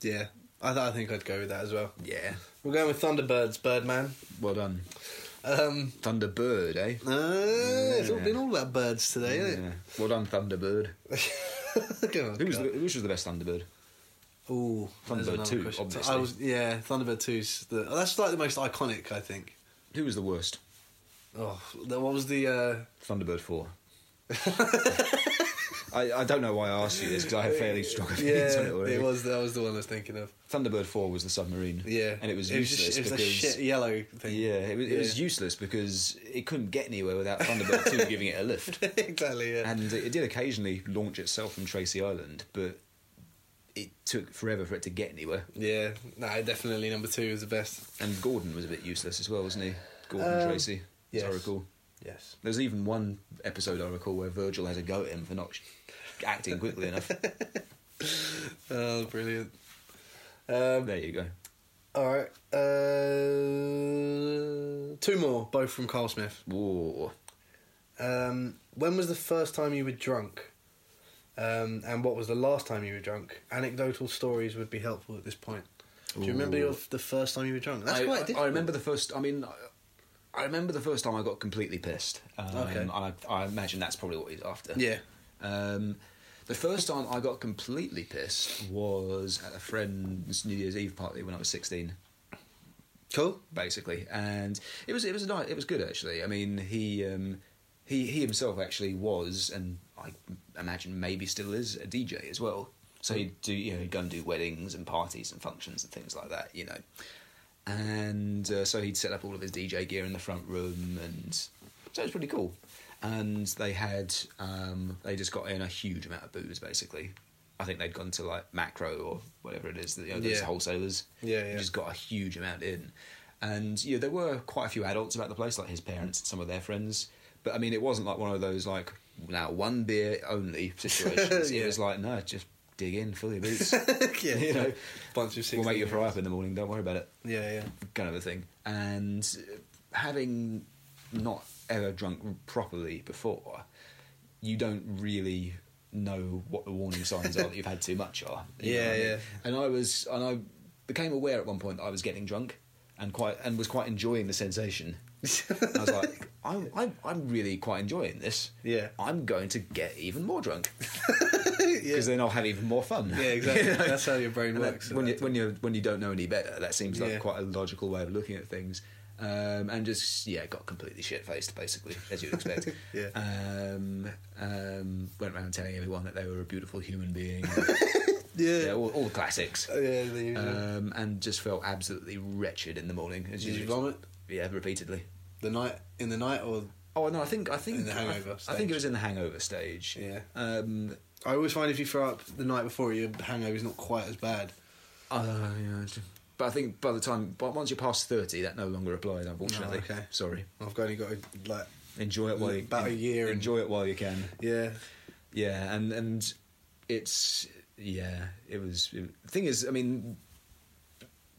B: Yeah. I, th- I think I'd go with that as well.
C: Yeah.
B: We're going with Thunderbirds, Birdman.
C: Well done.
B: Um,
C: Thunderbird, eh?
B: uh, It's all
C: Yeah.
B: been all about birds today,
C: Yeah. Well done, Thunderbird.
B: isn't it? Go on,
C: Who was
B: go
C: the,
B: on.
C: which was the best Thunderbird?
B: Ooh, there's
C: Thunderbird
B: another
C: 2,
B: question.
C: obviously.
B: I was, yeah, Thunderbird 2's the oh, that's like the most iconic, I think.
C: Who was the worst?
B: Oh, the- what was the? uh
C: Thunderbird Four. I, I don't know why I asked you this because I have fairly strong opinions
B: Yeah,
C: on it already.
B: it was that was the one I was thinking of.
C: Thunderbird Four was the submarine.
B: Yeah,
C: and it was
B: it was,
C: useless
B: just, it was a
C: because
B: shit yellow thing.
C: yeah, it was, it was
B: Yeah.
C: useless because it couldn't get anywhere without Thunderbird Two giving it a lift.
B: exactly. Yeah,
C: And it, it did occasionally launch itself from Tracy Island, but it took forever for it to get anywhere.
B: yeah. No, definitely number two is the best.
C: And Gordon was a bit useless as well, wasn't he? Gordon
B: Um,
C: Tracy, as I
B: yes.
C: recall.
B: Yes.
C: There's even one episode I recall where Virgil has a go at him for not sh- acting quickly enough.
B: Oh, brilliant. Um,
C: Oh, There you go.
B: all right. Uh, two more, both from Carl Smith.
C: Whoa.
B: Um, when was the first time you were drunk? Um, and what was the last time you were drunk? Anecdotal stories would be helpful at this point. Do you remember
C: Ooh.
B: your, the first time you were drunk? That's
C: I,
B: quite
C: I-
B: difficult.
C: I remember the first. I mean, I- I remember the first time I got completely pissed. Um,
B: Okay.
C: and I, I imagine that's probably what he's after.
B: Yeah.
C: Um, the first time I got completely pissed was at a friend's New Year's Eve party when I was 16.
B: Cool.
C: basically, and it was it was a night. It was good actually. I mean, he um, he he himself actually was, and I imagine maybe still is a DJ as well. So he'd do you know he'd go and do weddings and parties and functions and things like that, you know. And uh, so he'd set up all of his DJ gear in the front room, and so it was pretty cool. And they had um, they just got in a huge amount of booze basically. I think they'd gone to like Macro or whatever it is, you know, those
B: Yeah.
C: wholesalers.
B: Yeah,
C: You
B: yeah.
C: just got a huge amount in. And you know, there were quite a few adults about the place, like his parents and some of their friends. But I mean, it wasn't like one of those like now one beer only situations.
B: Yeah.
C: It was like no, just dig in, fill your boots.
B: yeah.
C: you know,
B: bunch of 16
C: we'll make you fry up in the morning. Don't worry about it,
B: Yeah, yeah.
C: kind of a thing. And uh, having not ever drunk properly before, you don't really know what the warning signs are that you've had too much are. you know
B: Yeah,
C: what I mean?
B: yeah.
C: And I was, and I became aware at one point that I was getting drunk, and quite, and was quite enjoying the sensation. And I was like, I'm, I'm, I'm really quite enjoying this.
B: Yeah.
C: I'm going to get even more drunk
B: yeah.
C: because then I'll have even more fun.
B: Yeah, exactly.
C: You know?
B: That's how your brain
C: And that-
B: works.
C: when you when you when you don't know any better, that seems like
B: Yeah.
C: quite a logical way of looking at things. Um, and just yeah, got completely shit faced basically, as you'd expect.
B: Yeah.
C: Um, um, went around telling everyone that they were a beautiful human being.
B: yeah.
C: yeah, all, all the classics.
B: Uh, yeah, the usual.
C: Um, and just felt absolutely wretched in the morning. As
B: Did you
C: you'd
B: vomit
C: ex- Yeah, repeatedly.
B: the night in the night or?
C: Oh no, I think I think
B: In the hangover
C: I, I think
B: stage.
C: it was in the hangover stage.
B: Yeah.
C: Um,
B: I always find if you throw up the night before, your hangover's not quite as bad.
C: Uh, yeah, it's- but I think by the time, but once you're past thirty, that no longer applies. Unfortunately,
B: Oh, okay.
C: Sorry.
B: I've only got like
C: Enjoy it while you,
B: About a year and-
C: Enjoy it while you can.
B: yeah,
C: Yeah, and and it's yeah. It was. It, the thing is, I mean,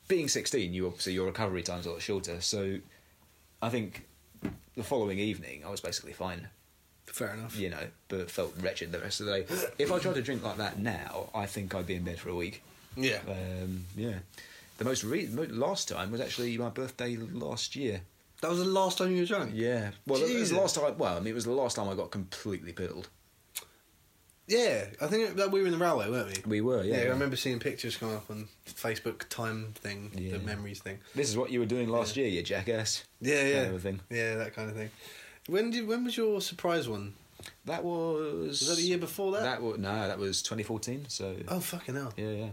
C: being sixteen, you obviously your recovery time's a lot shorter. So, I think the following evening, I was basically fine.
B: Fair enough.
C: you know, but felt wretched the rest of the day. If I tried to drink like that now, I think I'd be in bed for a week.
B: Yeah.
C: Um, yeah. The most re- mo- last time was actually my birthday last year.
B: That was the last time you were drunk.
C: Yeah. Well, it was
B: Jesus.
C: the last time. Well, I mean, it was the last time I got completely piddled.
B: Yeah, I think that we were in the railway, weren't we?
C: We were,
B: I remember seeing pictures come up on Facebook time thing,
C: Yeah.
B: the memories thing.
C: This is what you were doing last year, you jackass.
B: Yeah, yeah,
C: Kind of a thing.
B: yeah, that kind of thing. When did when was your surprise one?
C: That was.
B: Was that the year before that?
C: That was no, that was 2014. So.
B: Oh fucking hell!
C: Yeah, yeah.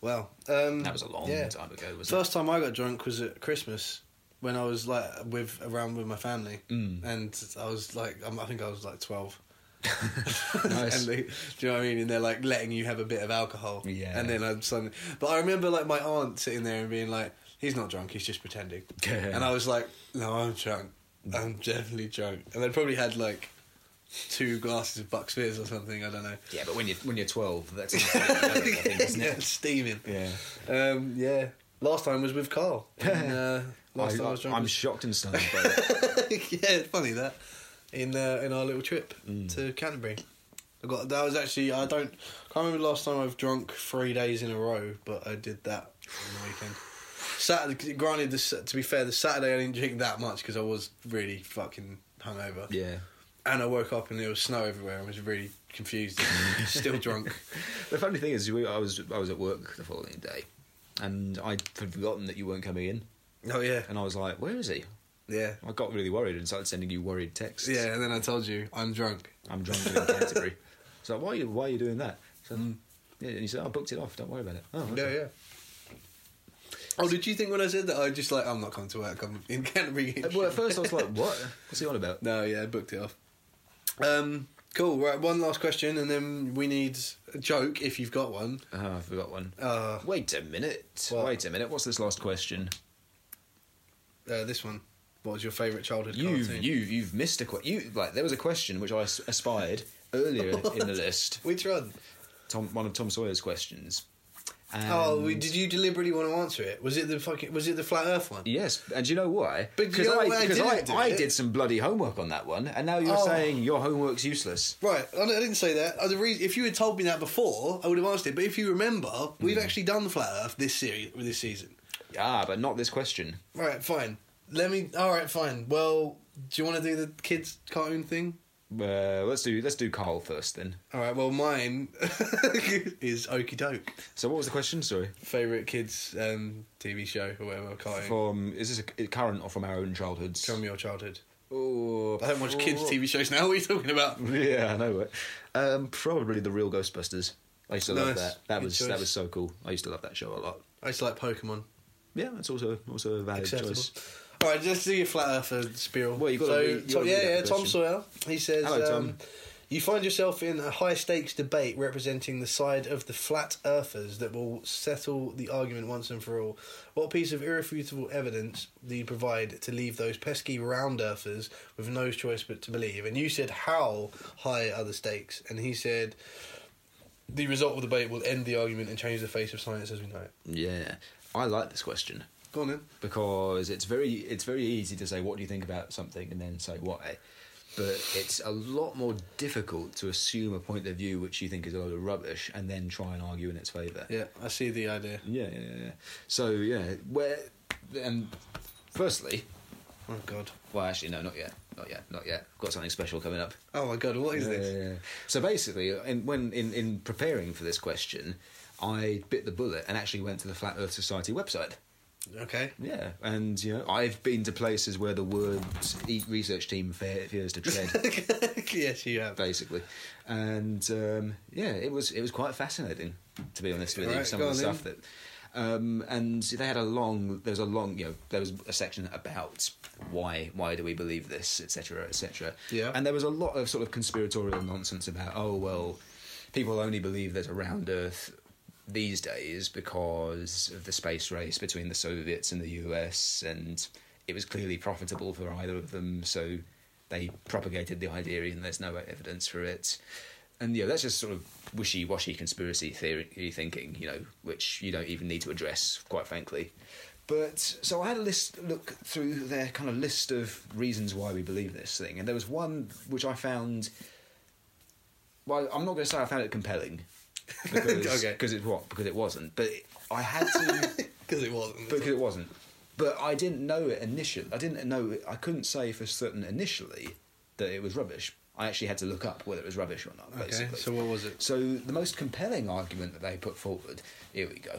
B: Wow, um,
C: That was a long
B: yeah.
C: time ago, wasn't
B: First time I got drunk was at Christmas when I was like with around with my family,
C: Mm.
B: and I was like, um, I think I was like twelve.
C: Nice.
B: and they, do you know what I mean? And they're like letting you have a bit of alcohol.
C: Yeah.
B: And then I'm suddenly, but I remember like my aunt sitting there and being like, "He's not drunk. He's just pretending."
C: Yeah.
B: And I was like, "No, I'm drunk. I'm definitely drunk." And they probably had like two glasses of Bucks Fizz or something. I don't know.
C: Yeah, but when you're when you're 12, that's. I think, isn't
B: yeah,
C: it?
B: steaming.
C: Yeah.
B: Um, yeah. Last time was with Carl. And, uh, last time I was drunk.
C: am
B: was-
C: shocked and stunned. by that.
B: yeah, it's funny that in uh, in our little trip to Canterbury. I got that was actually I don't can't remember the last time I've drunk three days in a row, but I did that on the weekend. Saturday, granted, the, Sa- to be fair, the Saturday I didn't drink that much because I was really fucking hungover,
C: yeah.
B: and I woke up and there was snow everywhere. and was really confused, and still drunk.
C: The funny thing is, we, I was I was at work the following day, and I'd forgotten that you weren't coming in,
B: Oh yeah,
C: and I was like, "Where is he?"
B: yeah,
C: I got really worried and started sending you worried texts.
B: yeah. And then I told you I'm drunk.
C: I'm drunk in Canterbury. So why are you why are you doing that? So, yeah, and you said, "Oh, "I booked it off. Don't worry about it." Oh,
B: Mm. Yeah,
C: okay.
B: yeah. Oh, did you think when I said that I just like I'm not coming to work? I'm in Canterbury.
C: Uh, Well, at first I was like, "What? What's he on about?"
B: No, yeah, I booked it off. Um, cool. Right, one last question, and then we need a joke if you've got one.
C: Oh, I forgot one.
B: Uh,
C: Wait a minute.
B: What?
C: Wait a minute. What's this last question?
B: uh, this one. What was your favourite childhood
C: You've
B: cartoon?
C: you you've missed a que- you like there was a question which I as- aspired earlier in the list.
B: Which one?
C: Tom, one of Tom Sawyer's questions. And
B: oh, we, did you deliberately want to answer it? Was it the fucking? Was it the flat Earth one?
C: Yes, and do you know why?
B: But you know
C: I,
B: why I
C: because I,
B: didn't do
C: I
B: it?
C: did some bloody homework on that one, and now you're
B: Oh.
C: saying your homework's useless.
B: Right, I I didn't say that. Uh, the re- If you had told me that before, I would have answered it. But if you remember, we've
C: Hmm.
B: actually done the flat Earth this series this season.
C: Ah, but not this question.
B: All right, fine. Let me. All right, fine. Well, do you want to do the kids cartoon thing?
C: Uh, let's do let's do Carl first then.
B: All right. Well, mine is Okey Doke.
C: So what was the question? Sorry,
B: favorite kids um, TV show or whatever cartoon
C: from is this a, current or from our own childhoods?
B: from your childhood.
C: Oh,
B: I don't watch kids TV shows now. What are you talking about?
C: Yeah, I know it. Um, probably the real Ghostbusters. I used to love
B: Nice.
C: that. That
B: Good
C: was
B: choice.
C: that was so cool. I used to love that show a lot.
B: I just like Pokemon.
C: Yeah, it's also also a valid
B: Acceptable.
C: choice.
B: All right, just do your flat earther spiel.
C: Well, you gotta
B: so,
C: read- you
B: Tom-
C: gotta read
B: yeah,
C: out
B: yeah.
C: the
B: Tom
C: question.
B: Sawyer. He says,
C: Hello, Tom.
B: Um, "You find yourself in a high stakes debate representing the side of the flat earthers that will settle the argument once and for all. What piece of irrefutable evidence do you provide to leave those pesky round earthers with no choice but to believe?" And you said, "How high are the stakes?" And he said. The result of the debate will end the argument and change the face of science as we know it.
C: Yeah, I like this question.
B: Go on then.
C: because it's very it's very easy to say what do you think about something and then say why but it's a lot more difficult to assume a point of view which you think is a load of rubbish and then try and argue in its favour
B: Yeah, I see the idea.
C: yeah yeah yeah so yeah where and firstly
B: Oh, God.
C: well actually no not yet not yet not yet I've got something special coming up
B: Oh, my God, what is
C: yeah,
B: this?
C: yeah, yeah. So basically, in, when in, in preparing for this question, I bit the bullet and actually went to the Flat Earth Society website.
B: Okay.
C: Yeah, and you know, I've been to places where the word e- research team fe- fears to tread,
B: yes, you have.
C: basically, and um, yeah, it was it was quite fascinating to be honest with you.
B: Alright,
C: some
B: go
C: of the
B: on
C: stuff that, um, and they had a long there was a long you know there was a section about why why do we believe this etc etc.
B: Yeah.
C: and there was a lot of sort of conspiratorial nonsense about oh well, people only believe there's a round Earth these days because of the space race between the Soviets and the US, and it was clearly profitable for either of them, so they propagated the idea, and there's no evidence for it. And yeah, that's just sort of wishy-washy conspiracy theory thinking, you know, which you don't even need to address, quite frankly. But so I had a list look through their kind of list of reasons why we believe this thing, and there was one which I found. Well, I'm not going to say I found it compelling, because
B: Okay.
C: because it what because it wasn't. But I had to
B: Because it wasn't.
C: because it wasn't. But I didn't know it initially. I didn't know. I couldn't say for certain initially that it was rubbish. I actually had to look up whether it was rubbish or not.
B: Okay,
C: Basically.
B: so what was it?
C: So the most compelling argument that they put forward. Here we go.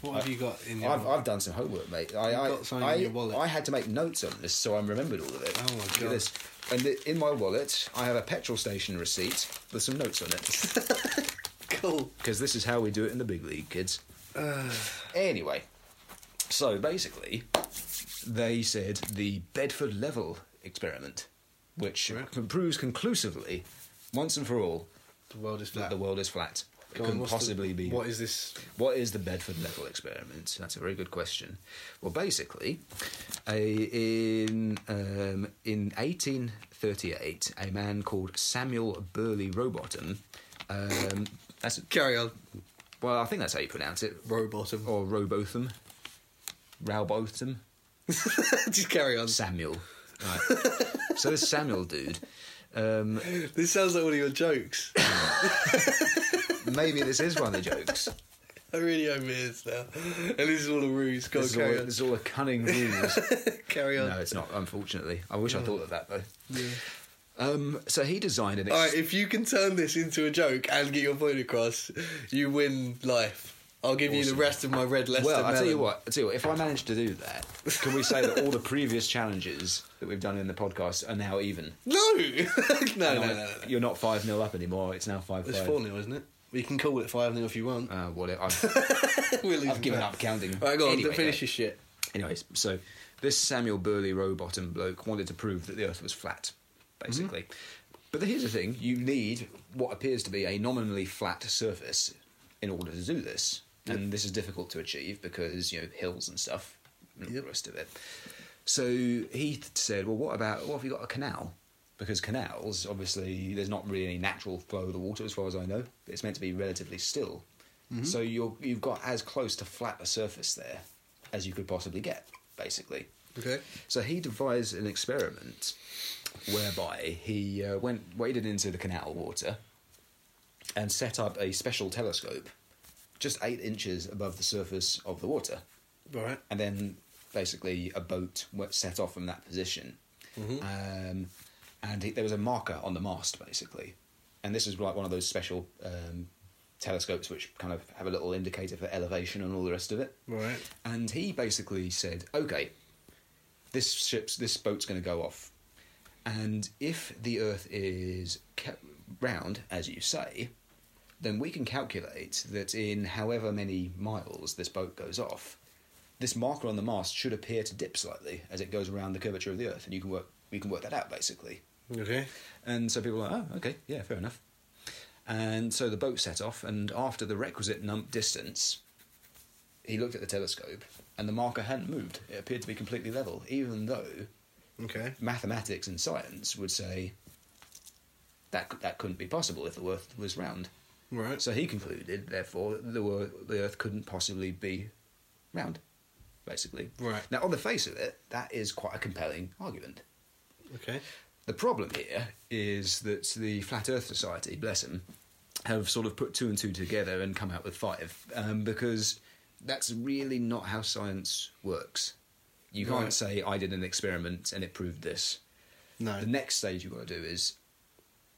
B: what have you got in your...
C: I've, I've done some homework, mate. I, I,
B: got something
C: I,
B: in your wallet.
C: I had to make notes on this, so I remembered all of it.
B: Oh my
C: Look at
B: God.
C: This. And the, in my wallet, I have a petrol station receipt with some notes on it,
B: cool.
C: because this is how we do it in the big league, kids. Anyway, so basically, they said the Bedford level experiment, which
B: Right.
C: con- proves conclusively, once and for all,
B: The world is
C: that
B: flat.
C: the world is flat. It
B: Go on,
C: couldn't
B: what's the-
C: possibly be.
B: What is this?
C: What is the Bedford level experiment? That's a very good question. Well, basically, a, in um, in 1838, a man called Samuel Burley Robottom. Um, that's
B: Carry on.
C: well, I think that's how you pronounce it,
B: Robotum.
C: or Robotham, Rowbotham,
B: Just carry on.
C: Samuel. Right. so this Samuel dude. Um,
B: This sounds like one of your jokes.
C: maybe this is one of the jokes.
B: I really hope it is now. And this is all a ruse. Go on,
C: This is, all,
B: carry on.
C: this is all a cunning ruse.
B: Carry on.
C: No, it's not. Unfortunately, I wish I thought of that though. Um, so he designed an. Ex-
B: All right, if you can turn this into a joke and get your point across, you win life. I'll give you
C: Awesome.
B: the rest of my red Leicester
C: well, I tell you
B: melon.
C: what. I tell you what. If I manage to do that, can we say that all the previous challenges that we've done in the podcast are now even?
B: No! no, no, no, no, no.
C: You're not five 0 up anymore. It's now five.
B: It's 4 0, isn't it? We can call it 5 0 if you want.
C: Uh, what? I've,
B: We're losing
C: I've given
B: ground.
C: up counting.
B: All right, go on,
C: Anyway,
B: finish
C: yeah.
B: your shit.
C: Anyways, so this Samuel Burley robot and bloke wanted to prove that the Earth was flat, basically. But here's the thing you need what appears to be a nominally flat surface in order to do this. And this is difficult to achieve because, you know, hills and stuff, and all
B: Yep.
C: the rest of it. So he th- said, well, what about, what if you got a canal? Because canals, obviously, there's not really any natural flow of the water, as far as I know. It's meant to be relatively still. So you're, you've got as close to flat a surface there as you could possibly get, basically.
B: Okay.
C: So he devised an experiment whereby he uh, went waded into the canal water and set up a special telescope just eight inches above the surface of the water
B: All right.
C: and then basically a boat went set off from that position. Um, and it, there was a marker on the mast, basically. And this is like one of those special um, telescopes which kind of have a little indicator for elevation and all the rest of it.
B: Right.
C: And he basically said, okay, this ship's, this boat's going to go off. And if the Earth is kept round, as you say, then we can calculate that in however many miles this boat goes off, this marker on the mast should appear to dip slightly as it goes around the curvature of the Earth, and you can work we can work that out basically.
B: Okay.
C: And so people are like, oh, okay, yeah, fair enough. And so the boat set off, and after the requisite num- distance, he looked at the telescope, and the marker hadn't moved. It appeared to be completely level, even though
B: Okay.
C: mathematics and science would say that that couldn't be possible if the Earth was round.
B: Right.
C: So he concluded, therefore, that the, wor- the Earth couldn't possibly be round, basically.
B: Right.
C: Now, on the face of it, that is quite a compelling argument.
B: Okay.
C: The problem here is that the Flat Earth Society, bless them, have sort of put two and two together and come out with five um, because that's really not how science works. You can't
B: Right.
C: say, I did an experiment and it proved this.
B: No.
C: The next stage you've got to do is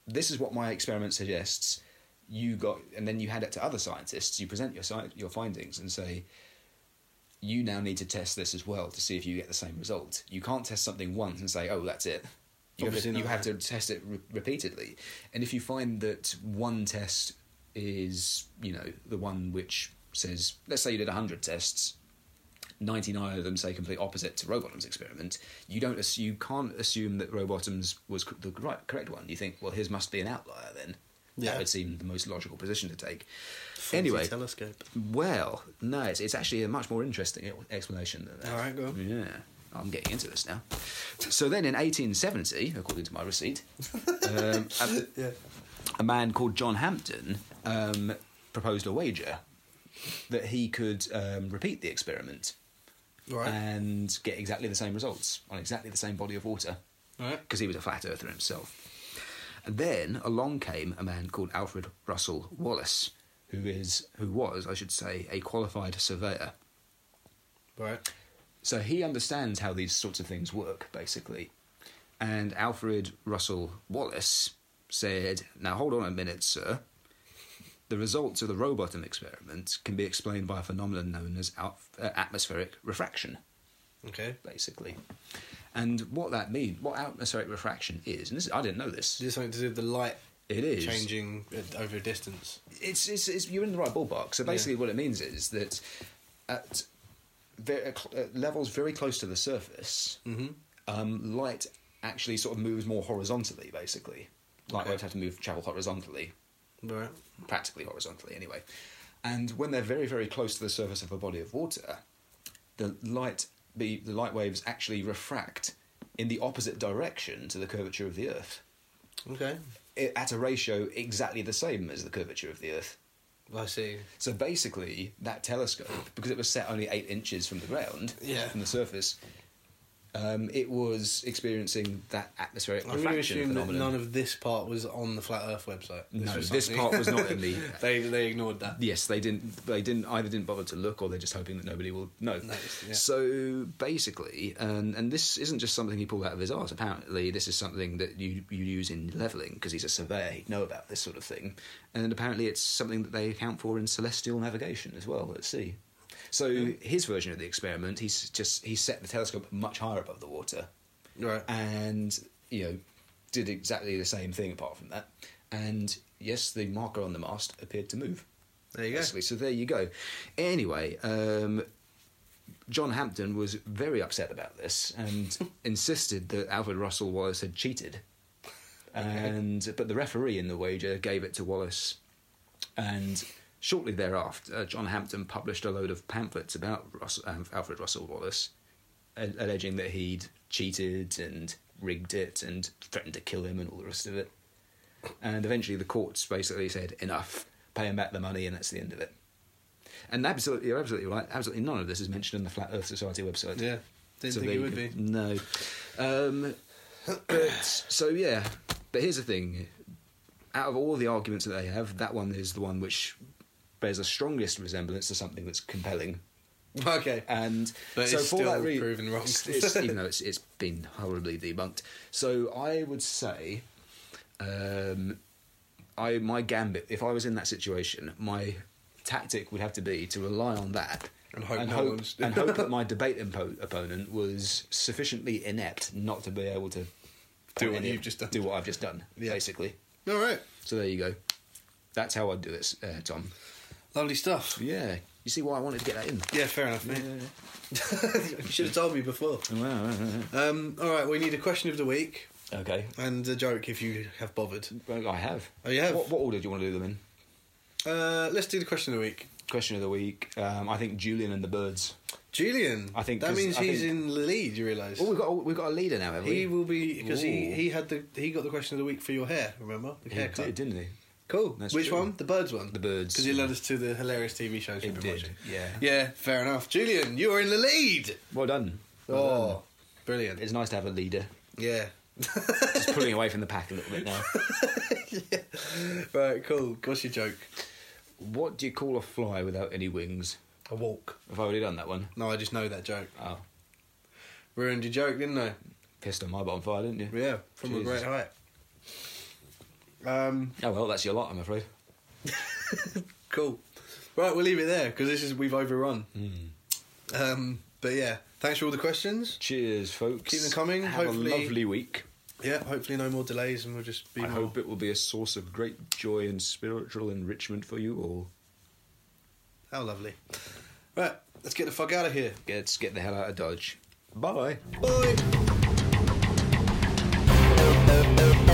C: this is what my experiment suggests. You got, and then you hand it to other scientists. You present your sci- your findings and say, you now need to test this as well to see if you get the same result. You can't test something once and say, oh, that's it. You have, to,
B: Obviously not,
C: you have to test it re- repeatedly, and if you find that one test is, you know, the one which says, let's say you did hundred tests, 99 of them say complete opposite to Robotom's experiment, you don't ass- you can't assume that Robotom's was c- the right, correct one. You think, well, his must be an outlier then.
B: Yeah.
C: That would seem the most logical position to take.
B: Faulty
C: anyway,
B: Telescope.
C: well, no, it's, it's actually a much more interesting e- explanation than that.
B: All right, go on.
C: Yeah, I'm getting into this now. So then in 1870, according to my receipt, um, a,
B: Yeah.
C: a man called John Hampton um, proposed a wager that he could um, repeat the experiment
B: Right.
C: and get exactly the same results on exactly the same body of water
B: Right.
C: because he was a flat earther himself. And then along came a man called Alfred Russel Wallace, who is who was, I should say, a qualified surveyor.
B: Right.
C: So he understands how these sorts of things work, basically. And Alfred Russel Wallace said, Now hold on a minute, sir. The results of the Robotham experiment can be explained by a phenomenon known as al- uh, atmospheric refraction
B: Okay.
C: basically. And what that means, what atmospheric refraction is, and this, I didn't know this.
B: Is this something to do with the light
C: It is
B: changing uh, over a distance?
C: It's, it's, it's you're in the right ballpark. So basically, what it means is that at, very, at uh, levels very close to the surface, um, light actually sort of moves more horizontally. Basically, light
B: Okay.
C: waves have to move travel horizontally,
B: Right.
C: practically horizontally anyway. And when they're very, very close to the surface of a body of water, the light be, the light waves actually refract in the opposite direction to the curvature of the Earth
B: Okay.
C: i- at a ratio exactly the same as the curvature of the Earth.
B: I see.
C: So basically, that telescope, because it was set only eight inches from the ground,
B: Yeah.
C: from the surface, um, it was experiencing that atmospheric
B: I'm going to
C: refraction
B: assume that
C: phenomenon.
B: none of this part was on the Flat Earth website.
C: no,
B: was
C: this
B: something-
C: part was not in the
B: they they ignored that.
C: yes, they didn't. They didn't either didn't bother to look, or they're just hoping that nobody will know.
B: Notice, yeah.
C: So basically, and and this isn't just something he pulled out of his arse. Apparently, this is something that you you use in leveling because he's a surveyor. He'd know about this sort of thing, and apparently, it's something that they account for in celestial navigation as well at sea. So his version of the experiment, he's just he set the telescope much higher above the water,
B: Right.
C: and you know did exactly the same thing apart from that. And yes, the marker on the mast appeared to move
B: There you go.
C: basically. So there you go. Anyway, um, John Hampton was very upset about this and insisted that Alfred Russel Wallace had cheated. And but the referee in the wager gave it to Wallace, and shortly thereafter, uh, John Hampton published a load of pamphlets about Rus- um, Alfred Russel Wallace, a- alleging that he'd cheated and rigged it and threatened to kill him and all the rest of it. And eventually, the courts basically said, "Enough, pay him back the money, and that's the end of it." And absolutely, you're absolutely right. Absolutely, none of this is mentioned on the Flat Earth Society website.
B: Yeah. Didn't
C: So
B: think
C: there
B: it
C: you
B: would
C: go.
B: be.
C: No. Um, but so yeah, but here's the thing: out of all the arguments that they have, that one is the one which bears the strongest resemblance to something that's compelling.
B: Okay.
C: And
B: But
C: so
B: it's
C: for
B: still
C: that reason,
B: proven wrong.
C: even though it's it's been horribly debunked. So I would say, um, I my gambit. If I was in that situation, my tactic would have to be to rely on that
B: And hope
C: and,
B: no
C: hope,
B: one's-
C: and hope that my debate impo- opponent was sufficiently inept not to be able to
B: Do what
C: any-
B: you've just done.
C: Do what I've just done,
B: Yeah.
C: basically.
B: All right.
C: So there you go. That's how I'd do this, uh, Tom.
B: Lovely stuff.
C: Yeah, you see why I wanted to get that in.
B: Yeah, fair enough, mate. you should have told me before. Um, all right, we need a question of the week
C: Okay.
B: and a joke if you have bothered.
C: Well, I have.
B: Oh, you have?
C: What, what order do you want to do them in?
B: Uh, let's do the question of the week.
C: Question of the week. Um, I think Julian and the Birds.
B: Julian.
C: I think
B: that
C: 'cause
B: means
C: I
B: he's
C: think-
B: in the lead. You realise?
C: Oh, we've got a, we've got a leader now, have we?
B: he will be because he,
C: Ooh.
B: he had the he got the question of the week for your hair. Remember the
C: He
B: haircut?
C: did, didn't he?
B: Cool.
C: That's
B: Which
C: true.
B: one? The birds one.
C: The Birds.
B: Because he led us to the hilarious TV shows we've
C: It
B: been
C: did,
B: watching.
C: yeah.
B: Yeah. Fair enough. Julian, you are in the lead.
C: Well done. Well done.
B: Oh, brilliant.
C: It's nice to have a leader.
B: Yeah.
C: Just pulling away from the pack a little bit now.
B: Right. Cool. What's your joke?
C: what do you call a fly without any wings?
B: A walk.
C: I've already done that one.
B: No, I just know that joke.
C: Oh,
B: Ruined your joke, didn't I?
C: pissed on my bottom fire, didn't you?
B: Yeah, from a
C: Jesus.
B: great height. Um,
C: Oh well, that's your lot, I'm afraid.
B: cool. Right, we'll leave it there because this is we've overrun.
C: Hmm.
B: Um, but yeah, thanks for all the questions.
C: Cheers, folks.
B: Keep them coming.
C: Have
B: Hopefully-
C: a lovely week.
B: Yeah, hopefully no more delays and we'll just be.
C: I
B: more-
C: hope it will be a source of great joy and spiritual enrichment for you all.
B: How lovely. Right, let's get the fuck out of here.
C: Let's get the hell out of Dodge. Bye.
B: Bye.